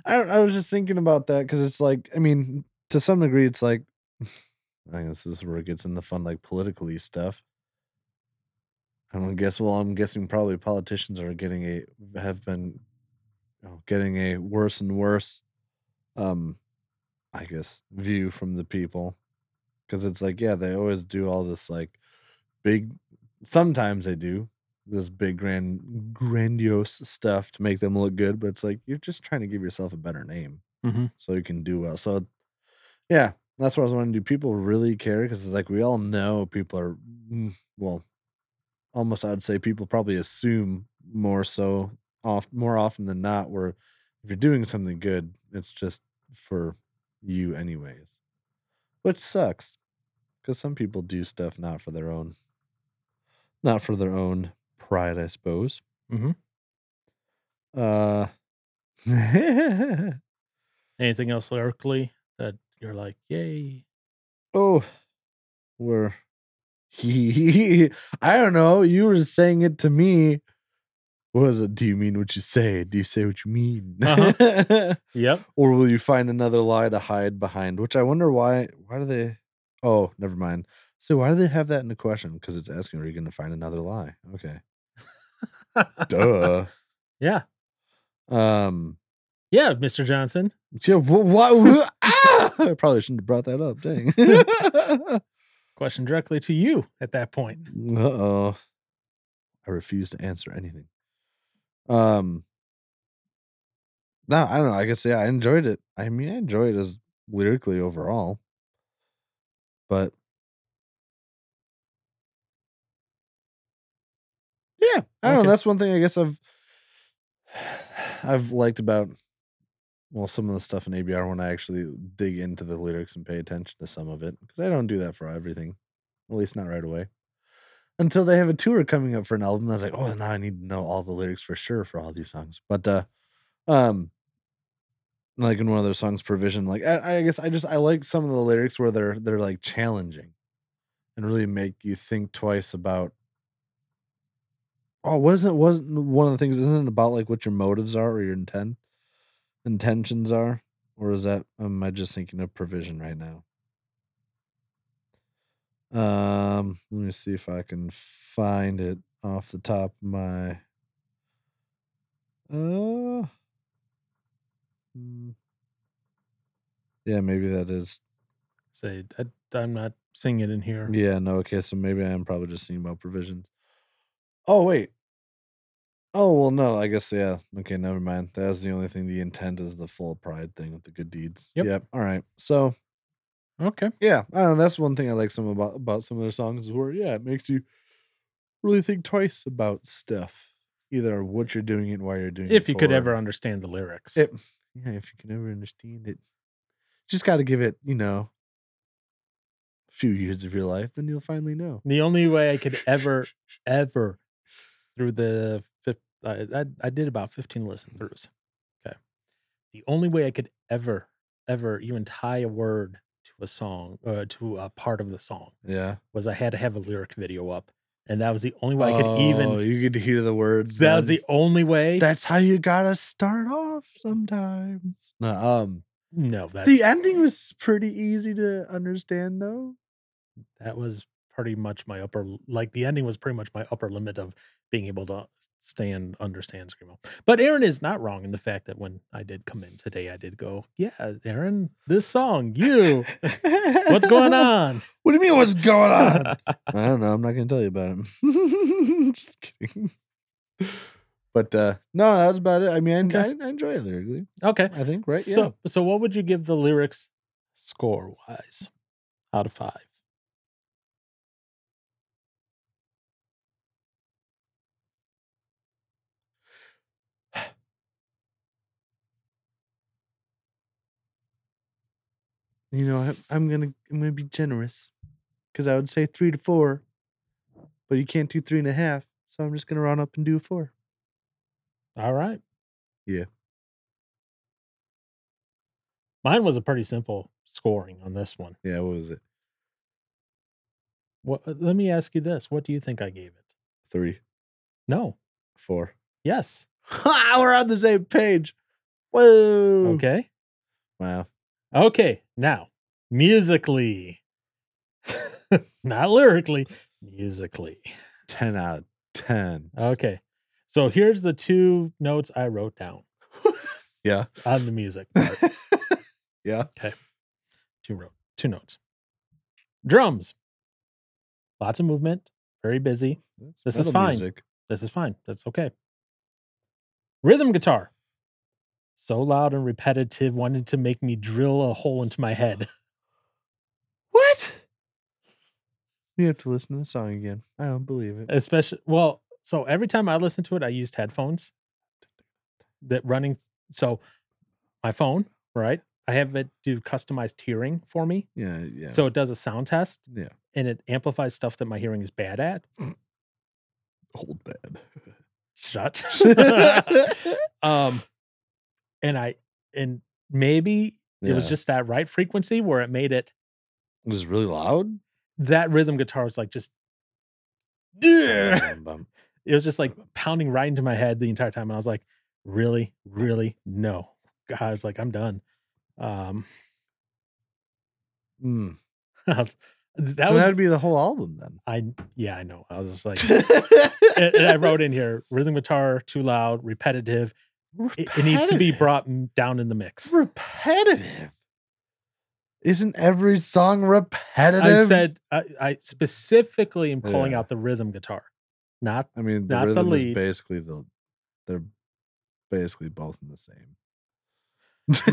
S2: I don't, I was just thinking about that because it's like, I mean, to some degree, it's like, I guess this is where it gets into fun, like politically stuff. I'm gonna guess. Well, I'm guessing probably politicians are getting a have been you know, getting a worse and worse, um, I guess view from the people because it's like yeah, they always do all this like big. Sometimes they do this big grand grandiose stuff to make them look good, but it's like you're just trying to give yourself a better name
S1: Mhm.
S2: so you can do well. So yeah, that's what I was wondering. Do people really care? Because it's like we all know people are mm, well, almost I'd say people probably assume more so off more often than not where if you're doing something good, it's just for you anyways. Which sucks. Because some people do stuff not for their own not for their own pride, I suppose.
S1: Mhm.
S2: Uh
S1: Anything else lyrically that you're like, yay?
S2: Oh, we're. I don't know. You were saying it to me. What was it? Do you mean what you say? Do you say what you mean?
S1: Yep.
S2: or will you find another lie to hide behind? Which I wonder why. Why do they? Oh, never mind. So why do they have that in the question? Because it's asking, are you going to find another lie? Okay. Duh.
S1: Yeah.
S2: Um.
S1: Yeah, Mr. Johnson.
S2: Yeah. What? ah! I probably shouldn't have brought that up. Dang.
S1: Question directly to you at that point.
S2: Uh oh. I refuse to answer anything. Um No, I don't know. I guess yeah, I enjoyed it. I mean I enjoyed it as lyrically overall. But Yeah, I don't
S1: Okay.
S2: know. That's one thing I guess I've I've liked about well, some of the stuff in ABR when I actually dig into the lyrics and pay attention to some of it. Because I don't do that for everything. At least not right away. Until they have a tour coming up for an album. I was like, oh now I need to know all the lyrics for sure for all these songs. But uh um like in one of their songs provision, like I, I guess I just I like some of the lyrics where they're they're like challenging and really make you think twice about Oh, wasn't wasn't one of the things isn't it about like what your motives are or your intent intentions are? Or is that am I just thinking of provision right now? Um, let me see if I can find it off the top of my uh hmm.
S1: Mm.
S2: Yeah, maybe that is.
S1: Say, I, I'm not seeing it in here.
S2: Yeah, no, okay, so maybe I am probably just thinking about provisions. Oh wait. Oh well no, I guess yeah. Okay, never mind. That was the only thing. The intent is the full pride thing with the good deeds.
S1: Yep.
S2: yep. All right. So
S1: Okay.
S2: yeah, I don't know. That's one thing I like some about about some of their songs is where yeah, it makes you really think twice about stuff, either what you're doing and why you're doing it.
S1: If you could
S2: for.
S1: ever understand the lyrics.
S2: It- yeah, if you can ever understand it, just got to give it you know a few years of your life, then you'll finally know.
S1: the only way I could ever, ever, through the fifth, I, I, I did about 15 listen throughs. Okay. The only way I could ever, ever even tie a word to a song, uh, to a part of the song,
S2: Yeah.
S1: was I had to have a lyric video up. And that was the only way I could even,
S2: Oh, you could hear the words.
S1: that was
S2: Oh, then.
S1: the only way.
S2: That's how you gotta start off sometimes. No, um,
S1: no, that's,
S2: the ending was pretty easy to understand though.
S1: that was pretty much my upper like the ending was pretty much my upper limit of being able to stand understand screamo but aaron is not wrong in the fact that when i did come in today i did go yeah aaron this song you what's going on
S2: What do you mean? What's going on? I don't know. I'm not going to tell you about it. Just kidding. But uh no, that's about it. I mean, I, I, I enjoy it lyrically.
S1: okay
S2: I think, right?
S1: so so what would you give the lyrics score wise out of five
S2: yeah. You know, I, I'm gonna I'm gonna be generous because I would say three to four, but you can't do three and a half, so I'm just gonna round up and do four.
S1: all right
S2: Yeah.
S1: Mine was a pretty simple scoring on this one.
S2: Yeah, what was it?
S1: What, uh, let me ask you this: What do you think I gave it?
S2: Three,
S1: No.
S2: four.
S1: Yes.
S2: Ha! We're on the same page. Whoa.
S1: Okay.
S2: Wow.
S1: Okay. Now, musically, not lyrically, musically.
S2: 10 out of 10.
S1: Okay. So here's the two notes I wrote down
S2: Yeah.
S1: on the music. part.
S2: yeah.
S1: two wrote two notes. Drums. Lots of movement. Very busy.
S2: That's
S1: This is
S2: metal
S1: fine.
S2: Music.
S1: This is fine. That's okay. Rhythm guitar. So loud and repetitive, wanted to make me drill a hole into my head.
S2: What? You have to listen to the song again. I don't believe it.
S1: Especially, well, so every time I listened to it, I used headphones that running. So my phone, right? I have it do customized hearing for me.
S2: Yeah. Yeah.
S1: So it does a sound test
S2: yeah.
S1: and it amplifies stuff that my hearing is bad at.
S2: Old bad.
S1: Shut. um, and I, and maybe it was
S2: Yeah.
S1: just that right frequency where it made it
S2: It was really loud.
S1: that rhythm guitar was like just it
S2: Bum, bum,
S1: was just like pounding right into my head the entire time and i was like really really no i was like i'm done um
S2: bum. Mm.
S1: I was- that
S2: That
S1: was
S2: would be the whole album then.
S1: i yeah i know i was just like and, and i wrote in here rhythm guitar too loud repetitive it, it needs to be
S2: Repetitive.
S1: brought m- down in the mix
S2: repetitive. Isn't every song repetitive?
S1: i said i, I specifically am calling
S2: Yeah.
S1: out the rhythm guitar not
S2: I mean, the
S1: not the
S2: rhythm
S1: lead.
S2: is basically the. They're basically both in the same.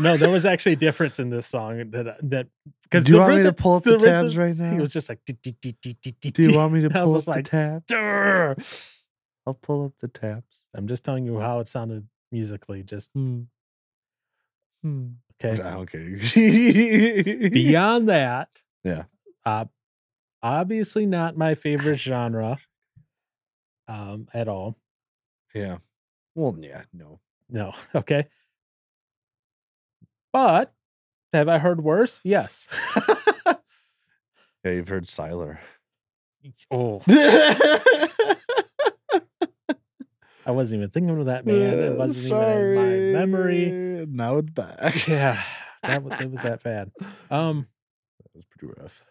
S1: no there was actually a difference in this song that uh, that because
S2: Do you want me to pull up the, tabs right now?
S1: He was just like, "Dee, dee, dee, dee, dee, dee,
S2: Do you
S1: dee."
S2: want me to
S1: I was
S2: pull up
S1: just like,
S2: the tabs?
S1: Durr.
S2: I'll pull up the tabs.
S1: I'm just telling you how it sounded musically. Just
S2: Hmm. Hmm.
S1: okay.
S2: Ah, Okay.
S1: Beyond that,
S2: Yeah.
S1: uh, obviously not my favorite genre, um, at all.
S2: yeah. Well, yeah, no.
S1: No, okay. But have I heard worse? Yes.
S2: yeah, you've heard Siler.
S1: Oh, I wasn't even thinking of that man.
S2: Uh,
S1: It wasn't even in my memory.
S2: Now it's back.
S1: Yeah, that was, it was that bad. Um,
S2: That was pretty rough.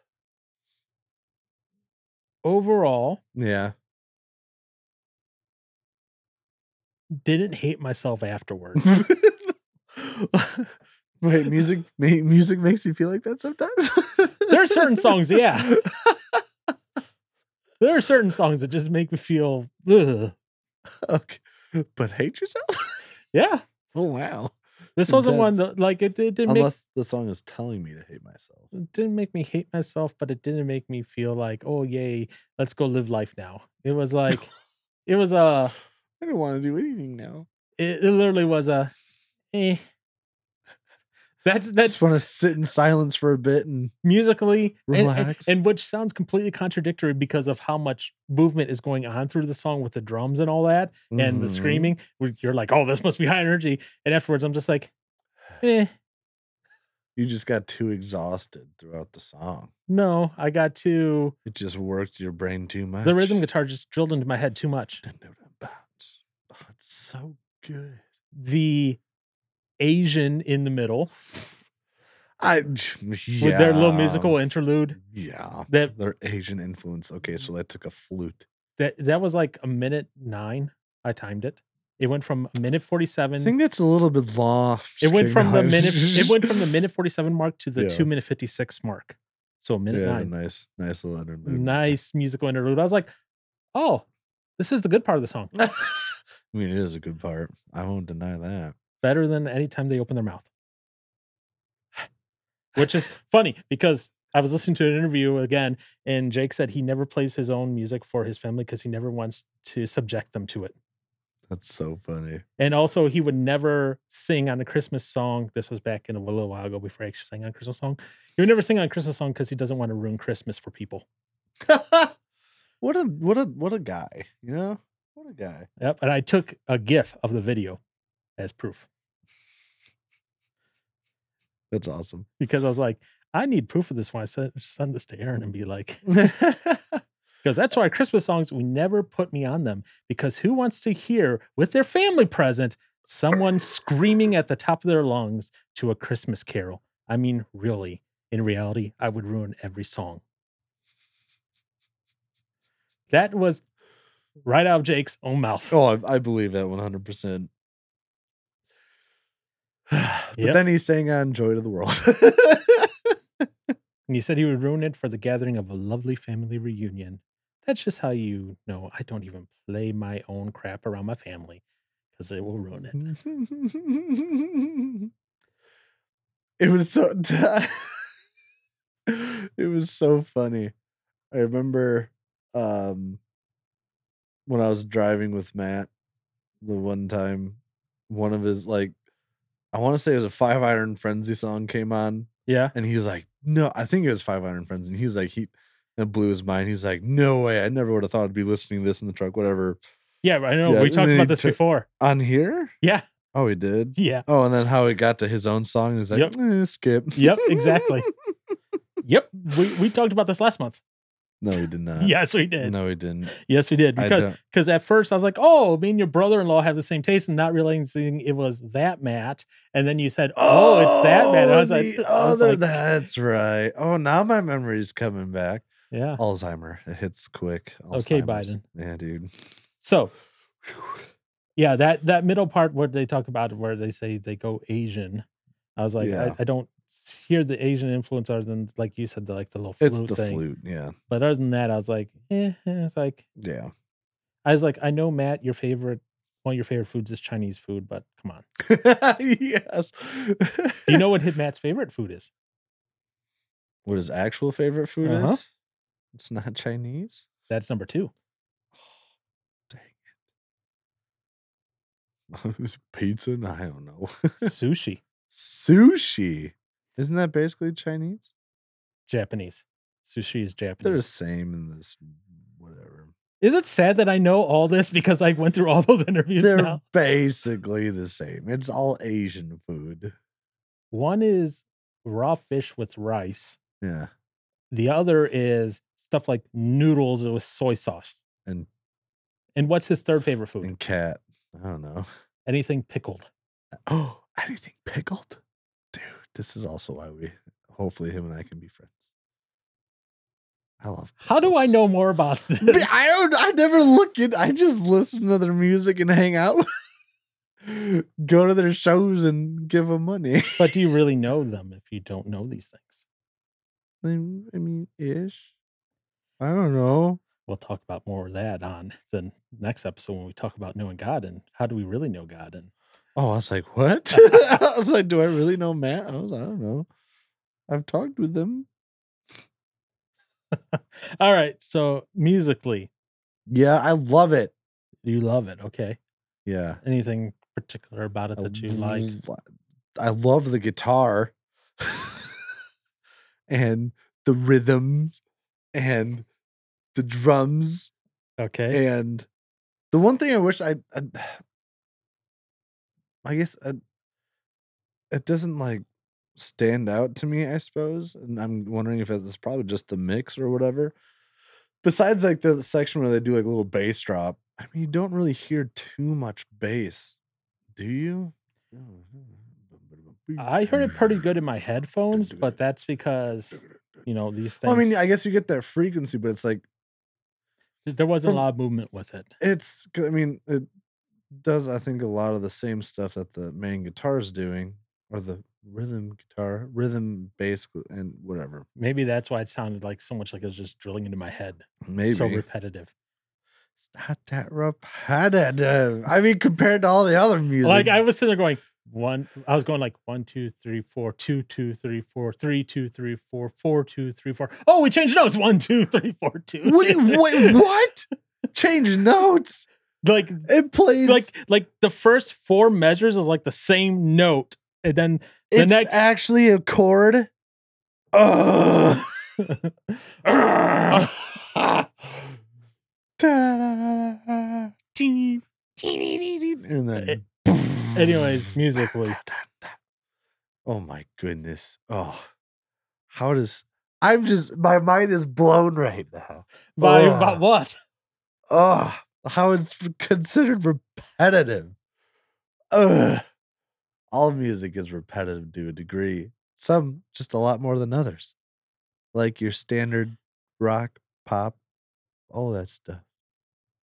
S1: overall,
S2: Yeah.
S1: didn't hate myself afterwards.
S2: Wait, music ma- music makes you feel like that sometimes?
S1: There are certain songs, yeah. there are certain songs that just make me feel, ugh.
S2: Okay. But hate yourself?
S1: yeah.
S2: Oh wow.
S1: This wasn't one
S2: Intense.
S1: that like it, it didn't
S2: Unless the song is telling me to hate myself.
S1: make it didn't make me hate myself, but it didn't make me feel like, oh yay, let's go live life now. It was like, it was a,
S2: I don't want to do anything now.
S1: it, it literally was a, eh. That's
S2: just
S1: that's
S2: want to sit in silence for a bit and
S1: musically and- and-
S2: Relax.
S1: And, which sounds completely contradictory because of how much movement is going on through the song with the drums and all that and the
S2: Mhm.
S1: screaming where you're like oh this must be high energy and afterwards i'm just like eh,
S2: You just got too exhausted throughout the song.
S1: no i got too
S2: It just worked your brain too much.
S1: the rhythm guitar just drilled into my head too much
S2: bounce. Oh, it's so good.
S1: the asian in the middle
S2: I yeah.
S1: with their little musical interlude
S2: Yeah.
S1: that
S2: Their Asian influence. Okay, so that took a flute.
S1: that that was like a minute nine i timed it it went from a minute
S2: I
S1: 47
S2: think that's a little bit long.
S1: it went from the minute it went from the minute 47 mark to the
S2: Yeah.
S1: 2 minute 56 mark so a minute
S2: yeah,
S1: 9
S2: Nice, nice little interlude. in there.
S1: nice musical interlude i was like oh this is the good part of the song
S2: I mean, it is a good part. I won't deny that.
S1: better than any time they open their mouth which is funny because i was listening to an interview again and jake said he never plays his own music for his family because he never wants to subject them to it
S2: That's so funny.
S1: and also he would never sing on a christmas song this was back in a little while ago before i actually sang on a christmas song he would never sing on a christmas song because he doesn't want to ruin christmas for people
S2: what a what a what a guy, you know? What a guy.
S1: Yep. And I took a GIF of the video as proof.
S2: That's awesome.
S1: because I was like, I need proof of this when I send, send this to Aaron and be like,
S2: yeah,
S1: because that's why Christmas songs, we never put me on them because who wants to hear with their family present someone screaming at the top of their lungs to a Christmas carol? I mean, really, in reality, I would ruin every song. That was right out of Jake's own mouth.
S2: Oh, I, I believe that 100%. but
S1: Yep.
S2: then he sang on Joy to the World.
S1: And he said he would ruin it for the gathering of a lovely family reunion. That's just how you know I don't even play my own crap around my family because it will ruin it.
S2: it was so it was so funny i remember um when i was driving with matt the one time one of his like i want to say it was a five iron frenzy song came on
S1: Yeah.
S2: and he was like no i think it was five iron frenzy and he was like he it blew his mind he's like no way i never would have thought i'd be listening to this in the truck whatever
S1: Yeah. I know.
S2: Yeah,
S1: we talked
S2: they
S1: about this
S2: took-
S1: before.
S2: on here
S1: Yeah.
S2: oh he did
S1: Yeah.
S2: Oh, and then how it got to his own song is like
S1: Yep.
S2: "Eh, skip.
S1: Yep, exactly. Yep. We, we talked about this last month.
S2: no, he did not.
S1: yes, we did.
S2: Uh, No, he didn't.
S1: Yes, we did.
S2: I
S1: Because
S2: don't-
S1: because at first I was like, oh, me and your brother in law have the same taste, and not realizing it was that Matt. And then you said, oh, it's that Matt. And I was
S2: Oh,
S1: like,
S2: the
S1: I was
S2: other.
S1: like,
S2: that's right. Oh, now my memory's coming back.
S1: yeah.
S2: Alzheimer. It hits quick.
S1: Okay,
S2: Alzheimer's.
S1: Biden.
S2: Yeah, dude.
S1: So yeah that that middle part where they talk about where they say they go asian i was like
S2: Yeah.
S1: I, I don't s- hear the asian influence other than like you said the like the little flute
S2: It's the
S1: thing
S2: flute. Yeah.
S1: but other than that i was like eh, eh, it's like
S2: Yeah.
S1: i was like i know matt your favorite one of your favorite foods is chinese food but come on
S2: yes.
S1: Do you know what hit matt's favorite food is
S2: what his actual favorite food
S1: Uh-huh.
S2: is? It's not Chinese.
S1: that's number two
S2: It was pizza and I don't know.
S1: sushi
S2: Sushi. Isn't that basically Chinese?
S1: japanese sushi is japanese
S2: They're the same in this whatever.
S1: is it sad that i know all this because i went through all those interviews
S2: They're
S1: now
S2: basically the same. It's all Asian food.
S1: one is raw fish with rice
S2: Yeah.
S1: The other is stuff like noodles with soy sauce.
S2: And
S1: And what's his third favorite food?
S2: and cat. I don't know.
S1: Anything pickled.
S2: Oh, anything pickled? Dude, this is also why we hopefully him and I can be friends. I love
S1: How do I
S2: pickles.
S1: know more about
S2: But
S1: this?
S2: I don't I never look at I just listen to their music and hang out. Go to their shows and give them money.
S1: but do you really know them if you don't know these things?
S2: I I mean, ish. I don't know.
S1: We'll talk about more of that on the next episode when we talk about knowing God and how do we really know God and
S2: Oh, I was like, what? I was like, do I really know Matt? I was, I don't know. I've talked with them.
S1: all right. So musically,
S2: Yeah, I love it.
S1: you love it. Okay.
S2: Yeah.
S1: Anything particular about it
S2: I
S1: that you like?
S2: lo- I love the guitar and the rhythms and the drums
S1: Okay.
S2: and the one thing I wish I, I, I guess I, it doesn't like stand out to me, I suppose. And I'm wondering if it's probably just the mix or whatever. Besides, like the section where they do like a little bass drop, I mean, you don't really hear too much bass, do you?
S1: I heard it pretty good in my headphones, but that's because you know these things
S2: Well, I mean, I guess you get that frequency, but it's like
S1: there wasn't
S2: from-
S1: a lot of movement with it.
S2: it's c- i mean it does i think a lot of the same stuff that the main guitar is doing or the rhythm guitar rhythm bass gl- and whatever
S1: Maybe that's why it sounded like so much like it was just drilling into my head.
S2: maybe
S1: So repetitive.
S2: it's not that repetitive i mean compared to all the other music
S1: Like I was sitting there going one. I was going like one, two, three, four, two, two, three, four, three, two, three, four, four, two, three, four. Oh, we changed notes. One, two, three, four, two.
S2: what, do
S1: two,
S2: you, wait,
S1: three.
S2: what change notes
S1: Like
S2: it plays
S1: like like the first four measures is like the same note, and then the
S2: it's
S1: next-
S2: actually a chord Ugh. and then
S1: Eh, anyways, musically,
S2: Oh my goodness. Oh, how does I'm just my mind is blown right now.
S1: By
S2: Ugh.
S1: about what?
S2: Oh, how it's considered repetitive. Ugh. All music is repetitive to a degree. Some just a lot more than others. Like your standard rock, pop, all that stuff.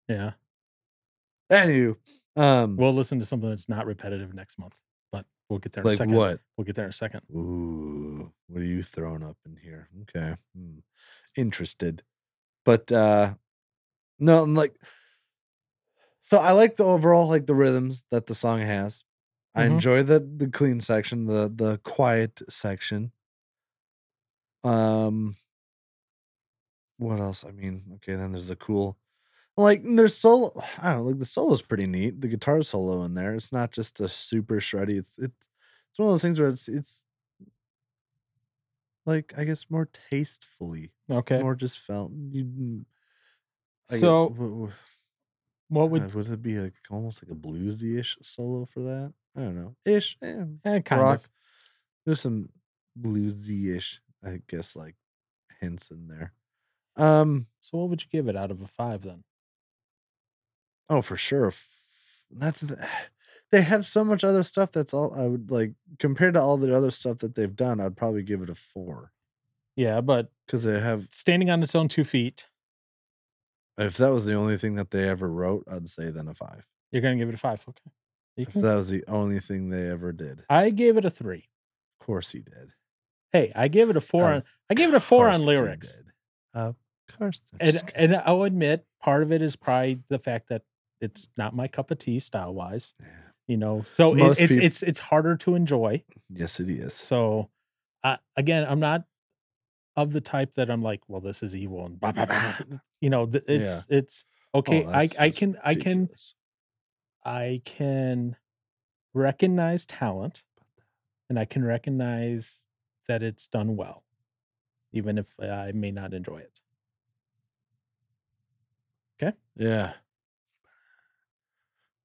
S1: Yeah.
S2: Anywho, um,
S1: We'll listen to something that's not repetitive next month, but we'll get there in a
S2: like
S1: second.
S2: what?
S1: We'll get there in a second.
S2: Ooh, what are you throwing up in here? Okay, hmm. interested, but uh, no, I'm like, so I like the overall like the rhythms that the song has. I
S1: Mhm.
S2: enjoy the the clean section, the the quiet section. Um, what else? I mean, okay, then there's the cool, like there's solo. I don't know, like the solo's pretty neat. The guitar solo in there. It's not just a super shreddy. It's it's it's one of those things where it's it's like I guess more tastefully,
S1: Okay.
S2: more just felt. mm, You, I guess,
S1: So,
S2: w- w-
S1: What
S2: would,
S1: would
S2: it be like almost like a bluesy-ish solo for that? I don't know, ish, eh,
S1: eh, kind
S2: rock.
S1: of
S2: There's some bluesy-ish, I guess, like hints in there. Um,
S1: so what would you give it out of a five then?
S2: Oh, for sure. F- That's the, they have so much other stuff that's all I would like compared to all the other stuff that they've done. I'd probably give it a four
S1: Yeah, but
S2: because they have.
S1: standing on its own two feet,
S2: If that was the only thing that they ever wrote, I'd say then a five.
S1: you're gonna give it a five. Okay. You
S2: If
S1: can-
S2: that was the only thing they ever did, of
S1: I gave it a three.
S2: course he did.
S1: Hey, I gave it a four
S2: Of
S1: on I gave it a four
S2: course
S1: on
S2: he
S1: lyrics.
S2: did. Of course. I'm
S1: And uh,
S2: just kidding.
S1: and I'll admit part of it is probably the fact that it's not my cup of tea style wise.
S2: Yeah.
S1: You know, so it,
S2: Most
S1: it's
S2: peop-
S1: it's it's harder to enjoy.
S2: Yes, it is.
S1: So, I, again, I'm not of the type that I'm like, well, this is evil and blah blah blah. You know, th- it's it's okay.
S2: Oh,
S1: I
S2: that's
S1: I
S2: just
S1: can I can
S2: ridiculous.
S1: I can recognize talent, and I can recognize that it's done well, even if I may not enjoy it.
S2: Yeah.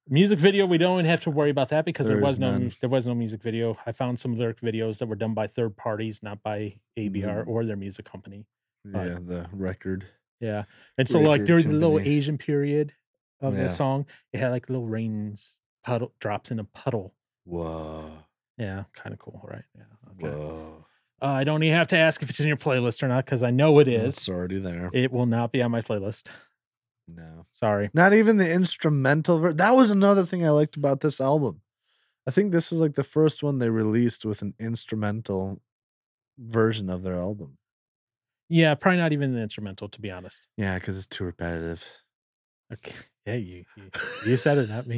S1: Music video, we don't have to worry about that because there,
S2: There is
S1: was no mu-
S2: none.
S1: there was no music video. I found some lyric videos that were done by third parties, not by ABR
S2: Mhm.
S1: or their music company. But-
S2: Yeah. The record.
S1: Yeah. And so
S2: Right
S1: like
S2: here,
S1: during the little
S2: company.
S1: Asian period of
S2: Yeah.
S1: the song, it had like little rains puddle drops in a puddle.
S2: Whoa.
S1: Yeah, kind of cool, right? Yeah. Okay.
S2: Whoa.
S1: Uh, I don't even have to ask if it's in your playlist or not because I know it
S2: It's
S1: is.
S2: already there.
S1: It will not be on my playlist.
S2: no.
S1: Sorry.
S2: Not even the instrumental ver- That was another thing I liked about this album. I think this is like the first one they released with an instrumental version of their album.
S1: Yeah, probably not even the instrumental, to be honest.
S2: Yeah, because it's too repetitive.
S1: Okay. Yeah, you you, you said it, not me.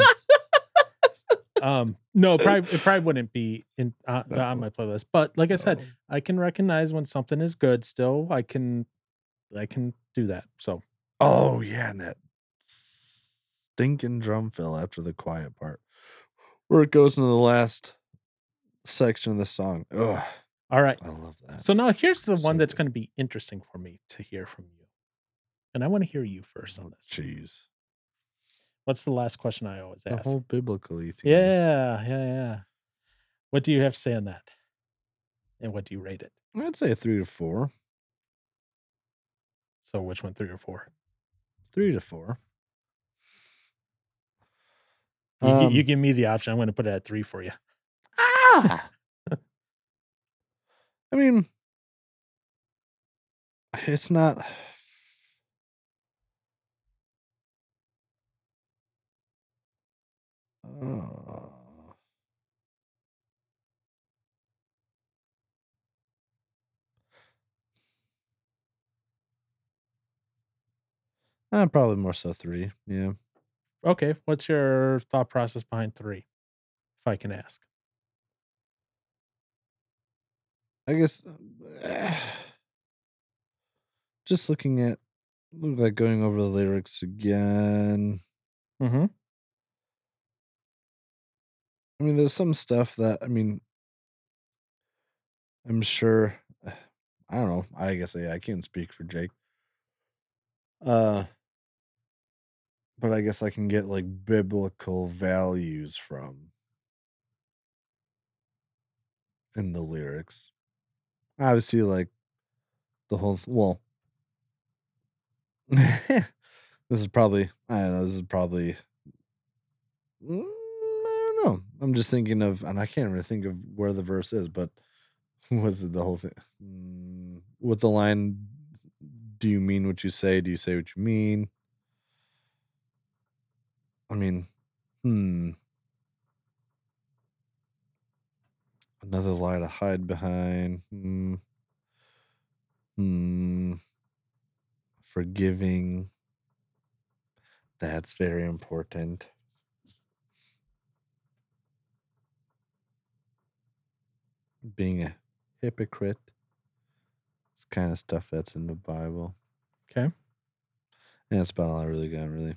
S1: um, no, probably it probably wouldn't be in uh, on my playlist. But like I
S2: Oh.
S1: said, I can recognize when something is good. Still, I can, I can do that. So
S2: Oh yeah, and that stinking drum fill after the quiet part, where it goes into the last section of the song. Ugh,
S1: all right.
S2: I love that.
S1: So now here's the one
S2: So
S1: that's
S2: good.
S1: going to be interesting for me to hear from you. And I want to hear you first on this.
S2: Jeez,
S1: What's the last question I always
S2: the
S1: ask?
S2: whole biblical thing.
S1: yeah, yeah, yeah. What do you have to say on that? And what do you rate it?
S2: I'd say a three to four.
S1: So which one, three or four?
S2: Three to four.
S1: You, gi- you
S2: Um,
S1: give me the option. I'm going to put it at three for you.
S2: Ah! I mean, it's not. Uh, Uh, probably more so three. Yeah.
S1: Okay. What's your thought process behind three, if I can ask?
S2: I guess uh, just looking at look like going over the lyrics again.
S1: Mm-hmm.
S2: I mean, there's some stuff that I mean, I'm sure. eh, I don't know. I guess yeah, I can't speak for Jake. Uh, but I guess I can get like biblical values from. in the lyrics. Obviously, like the whole th- well. this is probably I don't know. This is probably Mm, I don't know. I'm just thinking of, and I can't really think of where the verse is, but was it the whole thing Mm, with the line? Do you mean what you say? Do you say what you mean? I mean, hmm. Another lie to hide behind. Hmm. Hmm. Forgiving. That's very important. being a hypocrite. It's kind of stuff that's in the Bible.
S1: Okay.
S2: And that's about all I really got, really.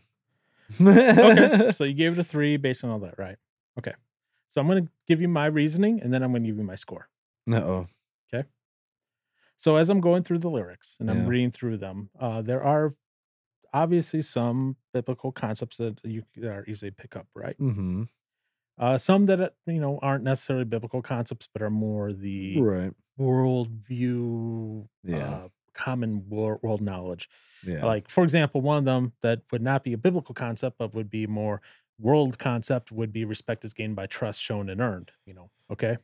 S1: okay. so you gave it a three based on all that, right? Okay. So I'm going to give you my reasoning and then I'm going to give you my score.
S2: No.
S1: So as I'm going through the lyrics and I'm
S2: Yeah.
S1: reading through them, uh, there are obviously some biblical concepts that you c- that are easy to pick up, right?
S2: Mm-hmm.
S1: Uh, some that uh, you know aren't necessarily biblical concepts, but are more the
S2: Right.
S1: worldview,
S2: Yeah.
S1: uh, common wor- world knowledge.
S2: Yeah.
S1: Like for example, one of them that would not be a biblical concept, but would be more world concept would be respect is gained by trust shown and earned. You know, okay.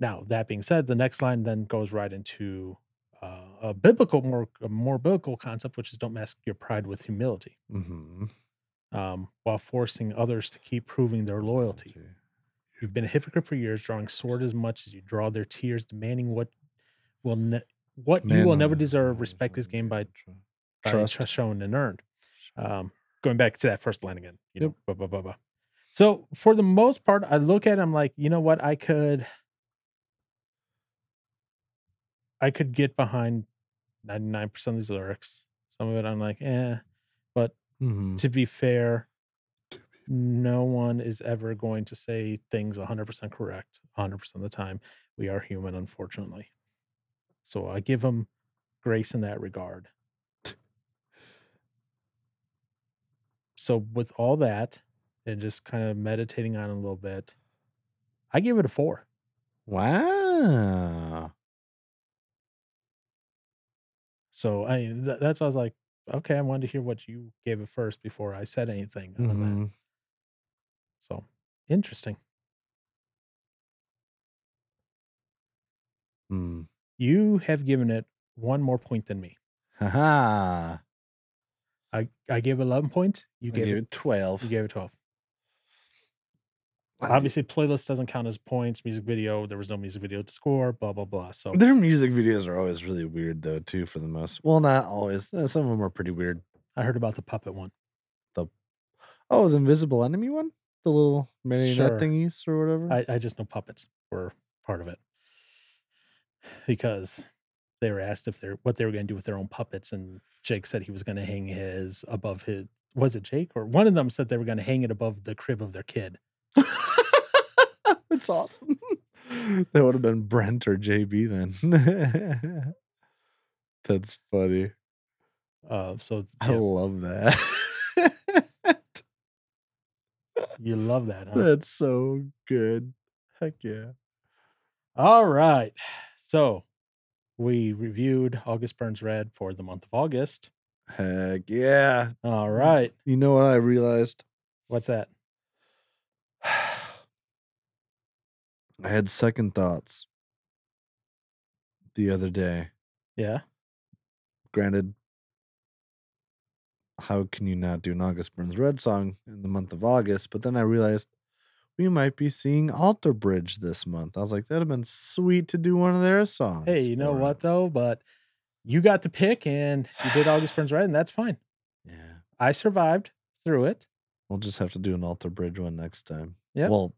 S1: Now that being said, the next line then goes right into uh, a biblical, more a more biblical concept, which is don't mask your pride with humility,
S2: mm-hmm.
S1: um, while forcing others to keep proving their loyalty. You've been a hypocrite for years, drawing sword as much as you draw their tears, demanding what will ne- what you will never deserve. Respect is gained by, by
S2: oh, Trust.
S1: trust. shown and earned. Um, going back to that first line again, you
S2: Yep.
S1: know, blah blah blah blah. So for the most part, I look at it, I'm like, you know what, I could, I could get behind 99 percent of these lyrics. Some of it, I'm like, eh.
S2: Mm-hmm.
S1: To be fair, no one is ever going to say things 100% correct 100% of the time. We are human, unfortunately. So I give them grace in that regard. So, with all that and just kind of meditating on it a little bit, I give it a four.
S2: Wow.
S1: So, I th- that's why I was like, okay, I wanted to hear what you gave it first before I said anything on that.
S2: Mhm.
S1: So, interesting.
S2: Mm.
S1: You have given it one more point than me.
S2: Haha.
S1: I I gave eleven points. You
S2: I
S1: gave,
S2: gave
S1: it.
S2: it 12.
S1: You gave it twelve.
S2: I did-
S1: Obviously, playlist doesn't count as points. Music video, there was no music video to score. Blah blah blah. So
S2: Their music videos are always really weird, though, too, for the most. Well, not always. Uh, Some of them are pretty weird.
S1: I heard about the puppet one.
S2: Oh, the Invisible Enemy one? The little marionette
S1: Sure.
S2: thingies or whatever?
S1: I, I just know puppets were part of it because they were asked if they're what they were going to do with their own puppets, and Jake said he was going to hang his above his. Was it Jake or one of them said they were going to hang it above the crib of their kid?
S2: That's awesome. that would have been Brent or JB then. That's funny.
S1: Uh, so
S2: I
S1: yeah,
S2: love that.
S1: you love that. Huh?
S2: That's so good. Heck yeah.
S1: All right. So we reviewed August Burns Red for the month of August.
S2: Heck yeah.
S1: All right.
S2: You know what I realized?
S1: What's that?
S2: I had second thoughts the other day.
S1: Yeah.
S2: Granted, how can you not do an August Burns Red song in the month of August? But then I realized we might be seeing Alter Bridge this month. I was like, that'd have been sweet to do one of their songs.
S1: Hey, you know
S2: for
S1: what
S2: it.
S1: though? But you got the pick and you did August Burns Red, and that's fine.
S2: Yeah.
S1: I survived through it.
S2: We'll just have to do an Alter Bridge one next time.
S1: Yep.
S2: Well,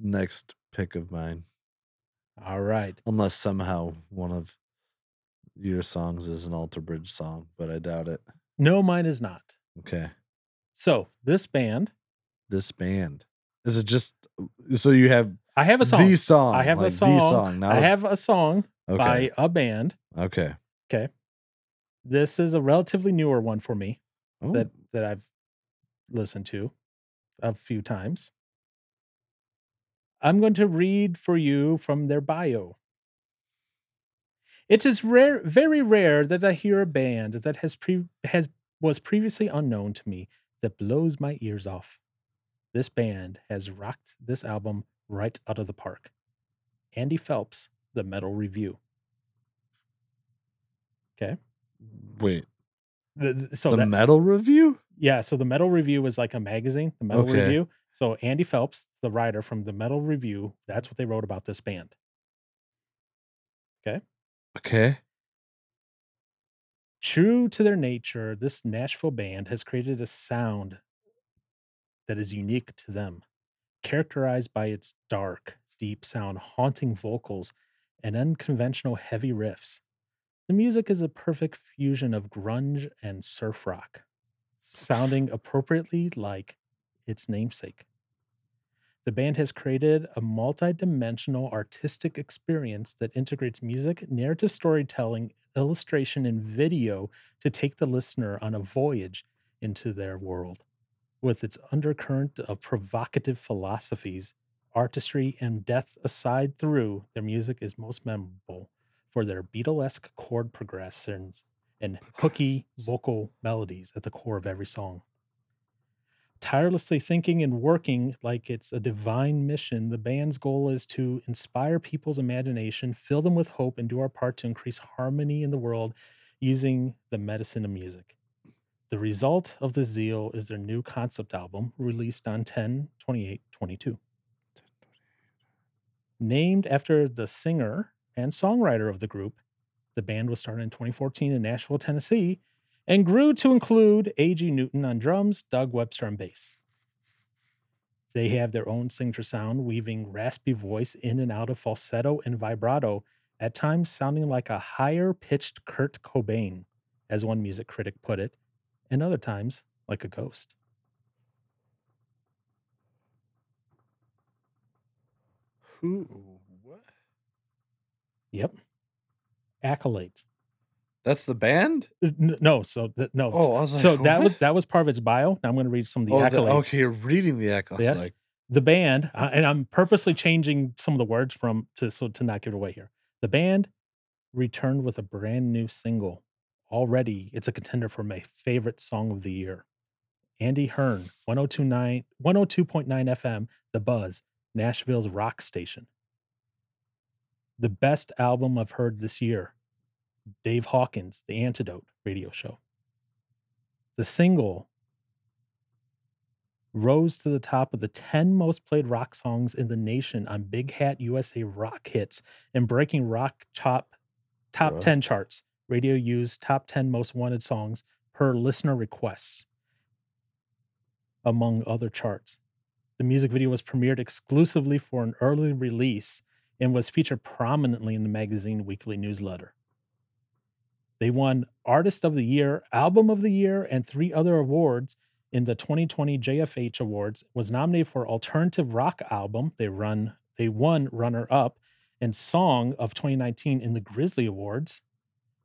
S2: next pick of mine.
S1: All right.
S2: Unless somehow one of your songs is an Alter Bridge song, but I doubt it.
S1: No, mine is not.
S2: Okay.
S1: So this band,
S2: This band. Is it just so you have
S1: I have a song.
S2: the song?
S1: I have a
S2: like
S1: song.
S2: The song not
S1: I
S2: a-
S1: have a song by
S2: okay.
S1: a band.
S2: okay.
S1: This is a relatively newer one for me
S2: Oh,
S1: that that I've listened to a few times. I'm going to read for you from their bio. It is rare, very rare that I hear a band that has pre- has was previously unknown to me that blows my ears off. This band has rocked this album right out of the park. Andy Phelps, The Metal Review.
S2: Wait,
S1: The- the- so
S2: the
S1: that,
S2: metal review?
S1: yeah, so the Metal Review was like a magazine, the Metal
S2: Okay.
S1: Review. So Andy Phelps, the writer from the Metal Review, that's what they wrote about this band.
S2: Okay.
S1: True to their nature, this Nashville band has created a sound that is unique to them, characterized by its dark, deep sound, haunting vocals, and unconventional heavy riffs. The music is a perfect fusion of grunge and surf rock, sounding appropriately like its namesake. The band has created a multi dimensional artistic experience that integrates music, narrative storytelling, illustration, and video to take the listener on a voyage into their world. With its undercurrent of provocative philosophies, artistry, and death aside through, their music is most memorable for their Beatlesque chord progressions and hooky vocal melodies at the core of every song tirelessly thinking and working like it's a divine mission. The band's goal is to inspire people's imagination, fill them with hope, and do our part to increase harmony in the world using the medicine of music. The result of the zeal is their new concept album released on 10 28 22. Named after the singer and songwriter of the group, the band was started in 2014 in Nashville, Tennessee, and grew to include A.G. Newton on drums, Doug Webster on bass. They have their own signature sound, weaving raspy voice in and out of falsetto and vibrato, at times sounding like a higher pitched Kurt Cobain, as one music critic put it, and other times like a ghost.
S2: Who? What?
S1: Yep. Accolades.
S2: That's the band?
S1: Uh, n- No, so th- no.
S2: Oh, I was like,
S1: so that was
S2: what?
S1: that was part of its bio. Now I'm going to read some of the
S2: oh,
S1: accolades.
S2: the- okay, you're reading the accolades.
S1: Yeah.
S2: Like,
S1: the band uh, and i'm purposely changing some of the words from to so to not give it away here the band returned with a brand new single already it's a contender for my favorite song of the year andy hearn 1029 102.9 fm the buzz nashville's rock station the best album i've heard this year dave hawkins the antidote radio show the single rose to the top of the 10 most played rock songs in the nation on Big Hat USA Rock Hits and breaking rock chop top
S2: Wow.
S1: 10 charts. Radio used top 10 most wanted songs per listener requests, among other charts. The music video was premiered exclusively for an early release and was featured prominently in the magazine weekly newsletter. They won Artist of the Year, Album of the Year, and three other awards in the 2020 JFH Awards, was nominated for Alternative Rock Album. They run they won runner up and Song of 2019 in the Grizzly Awards,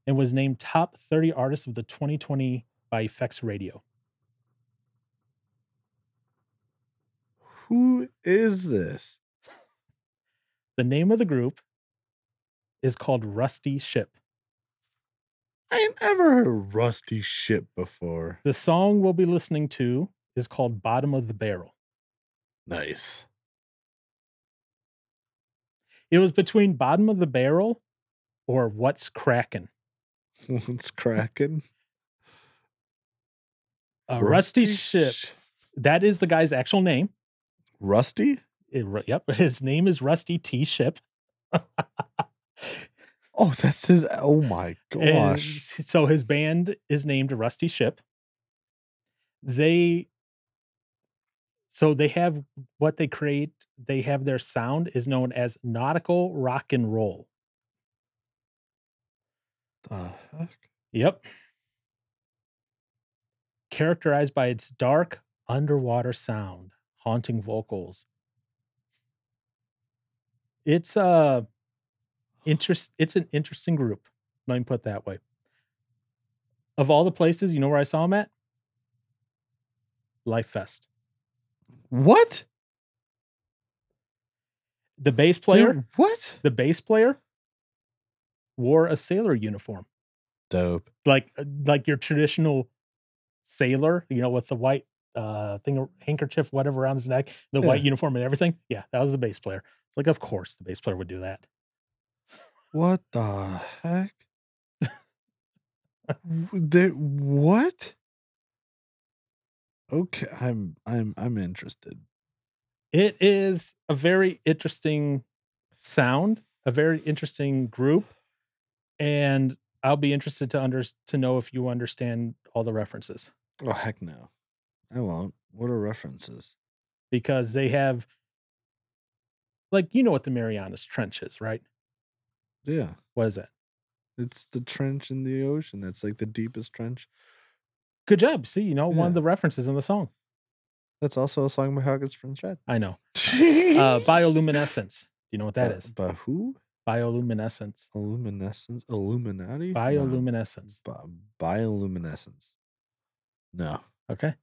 S1: and was named top 30 artist of the 2020 by Effects Radio.
S2: who is this?
S1: The name of the group is called Rusty Ship.
S2: I ain't ever heard Rusty Ship before.
S1: The song we'll be listening to is called Bottom of the Barrel.
S2: Nice.
S1: It was between bottom of the barrel or what's cracking.
S2: What's cracking?
S1: A rusty, ship.
S2: Sh-
S1: That is the guy's actual name.
S2: Rusty?
S1: It ru- yep, his name is Rusty T Ship.
S2: Oh, that's his. Oh my
S1: And
S2: gosh.
S1: s- so his band is named Rusty Ship. They so they have what they create, they have their sound is known as nautical rock and roll.
S2: The heck?
S1: Yep. Characterized by its dark underwater sound, haunting vocals. It's a interest it's an interesting group. Let me put it that way. Of all the places, you know where I saw him at? Life Fest.
S2: What?
S1: The bass player,
S2: Dude, what?
S1: the bass player, wore a sailor uniform,
S2: Dope.
S1: like uh, like your traditional sailor, you know, with the white uh thing handkerchief, whatever around his neck, the white
S2: Yeah.
S1: uniform and everything. Yeah, that was the bass player. It's like, of course, the bass player would do that.
S2: What the heck? W- there, what? Okay, I'm I'm I'm interested.
S1: It is a very interesting sound, a very interesting group, and I'll be interested to under to know if you understand all the references
S2: Oh heck no, I won't. What are references?
S1: because they have, like, you know what the Marianas Trench is, right?
S2: Yeah,
S1: What is that?
S2: it's the trench in the ocean. That's like the deepest trench.
S1: Good job. See, you know one of
S2: Yeah.
S1: the references in the song.
S2: That's also a song by Hawkins Springs Red.
S1: I know. Uh, bioluminescence. You know what that
S2: By-
S1: is?
S2: By who?
S1: Bioluminescence.
S2: Illuminescence? Illuminati? No.
S1: Bioluminescence.
S2: Bi- bioluminescence. No.
S1: Okay.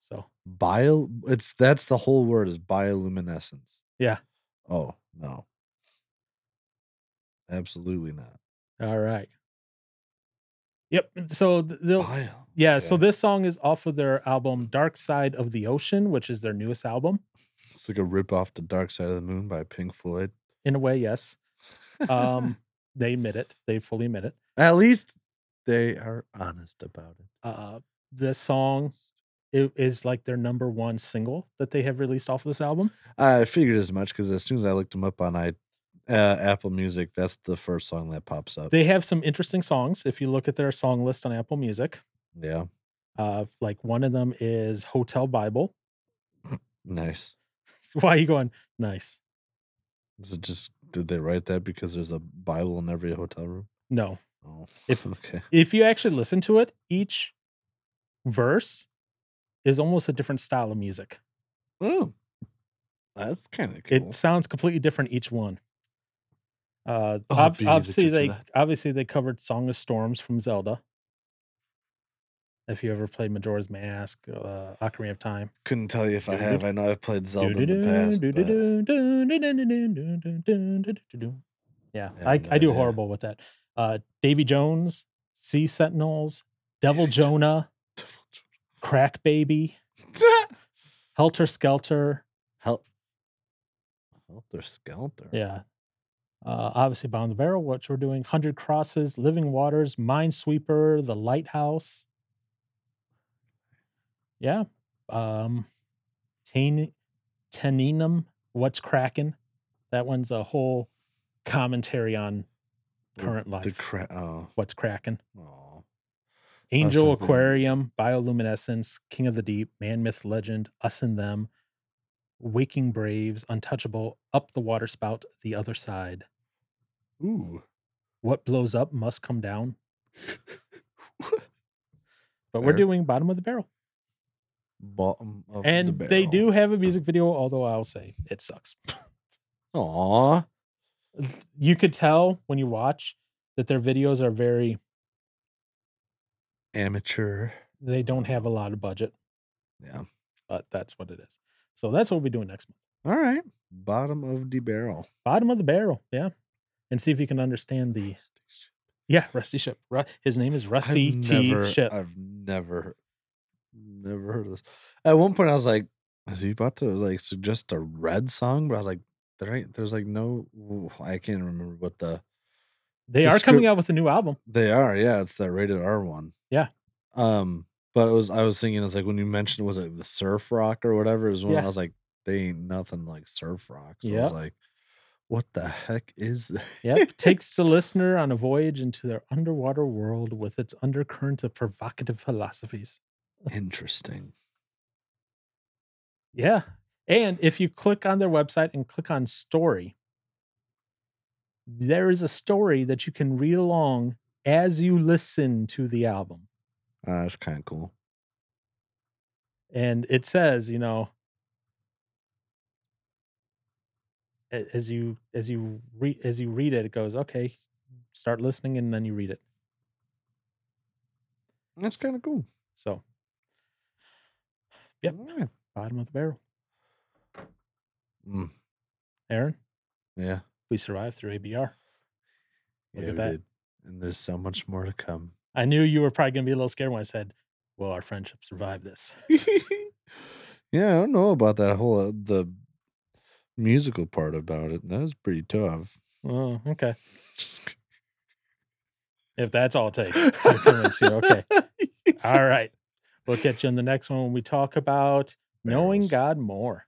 S1: So
S2: Bio it's that's the whole word is bioluminescence.
S1: Yeah.
S2: Oh, no. Absolutely not.
S1: all right. Yep. So th- they'll
S2: Bio.
S1: Yeah, so
S2: okay.
S1: this song is off of their album Dark Side of the Ocean, which is their newest album.
S2: it's like a rip off the Dark Side of the Moon by Pink Floyd.
S1: In a way, yes. Um, they admit it. They fully admit it.
S2: At least they are honest about it.
S1: Uh, this song i- is like their number one single that they have released off of this album.
S2: I figured as much because as soon as I looked them up on I uh, Apple Music, that's the first song that pops up.
S1: They have some interesting songs. If you look at their song list on Apple Music,
S2: yeah,
S1: uh, like one of them is Hotel Bible.
S2: nice.
S1: Why are you going? Nice.
S2: Is it just did they write that because there's a Bible in every hotel room?
S1: No.
S2: Oh,
S1: If-
S2: okay,
S1: If you actually listen to it, each verse is almost a different style of music.
S2: oh, that's kind of cool.
S1: it sounds completely different each one. Uh,
S2: I'll
S1: ob-
S2: be addicted
S1: obviously
S2: to
S1: they
S2: that.
S1: obviously they covered "Song of Storms" from Zelda. If you ever played Majora's Mask, uh, Ocarina of Time.
S2: Couldn't tell you if I
S1: Doo-doo-doo.
S2: have. I know I've played Zelda in the past. but
S1: Yeah,
S2: Yeah,
S1: I,
S2: no
S1: I do
S2: idea.
S1: horrible with that. Uh, Davy Jones, Sea Sentinels, Devil Jonah, Crack Baby, Helter Skelter.
S2: Help. Helter Skelter.
S1: Yeah. Uh, obviously, Bound the Barrel, which we're doing, Hundred Crosses, Living Waters, Minesweeper, The Lighthouse. Yeah. Um, Tain- Teninum, What's Cracking? That one's a whole commentary on
S2: The-
S1: current
S2: The
S1: life.
S2: cra- oh,
S1: What's Cracking?
S2: oh.
S1: Angel
S2: and Them.
S1: Aquarium, Bioluminescence, King of the Deep, Man Myth Legend, Us and Them, Waking Braves, Untouchable, Up the Water Spout, The Other Side.
S2: Ooh.
S1: what blows up must come down. But we're
S2: Fair.
S1: doing bottom of the barrel.
S2: Bottom of
S1: and they do have a music video, although I'll say it sucks.
S2: Aw.
S1: You could tell when you watch that their videos are very
S2: Amateur.
S1: they don't have a lot of budget,
S2: Yeah.
S1: but that's what it is. So that's what we'll be doing next month.
S2: All right. Bottom of the barrel.
S1: Bottom of the barrel, yeah. And see if you can understand the yeah, Rusty Ship. Ru- His name is Rusty
S2: I've
S1: T
S2: never, uh,
S1: Ship.
S2: I've never, never heard of this. At one point, I was like, "Is he about to like suggest a red song?" But I was like, "There ain't. There's like no. ooh, I can't remember what the
S1: They are
S2: descrip-
S1: coming out with a new album.
S2: they are. Yeah, it's that rated R one.
S1: Yeah.
S2: Um, but it was. I was thinking, it's like when you mentioned was it the surf rock or whatever is when
S1: Yeah.
S2: I was like, they ain't nothing like surf rock. So I
S1: Yep.
S2: was like, what the heck is this?
S1: Yep. Takes the listener on a voyage into their underwater world with its undercurrent of provocative philosophies.
S2: interesting.
S1: Yeah. And if you click on their website and click on story, there is a story that you can read along as you listen to the album.
S2: Uh, that's kind of cool.
S1: And it says, you know, a- as you as you read as you read it, it goes, okay, start listening and then you read it.
S2: That's kind of cool.
S1: So Yep.
S2: All right.
S1: bottom of the barrel.
S2: Mm.
S1: Aaron,
S2: Yeah.
S1: We survived through ABR. Look
S2: yeah,
S1: at
S2: we
S1: that.
S2: did. And there's so much more to come.
S1: I knew you were probably going to be a little scared when I said, "Will our friendship survive this?"
S2: yeah, I don't know about that whole uh, the musical part about it. That was pretty tough.
S1: Oh, okay. If that's all it takes to convince you, okay. All right. We'll catch you in the next one when we talk about knowing
S2: Barrels.
S1: God more.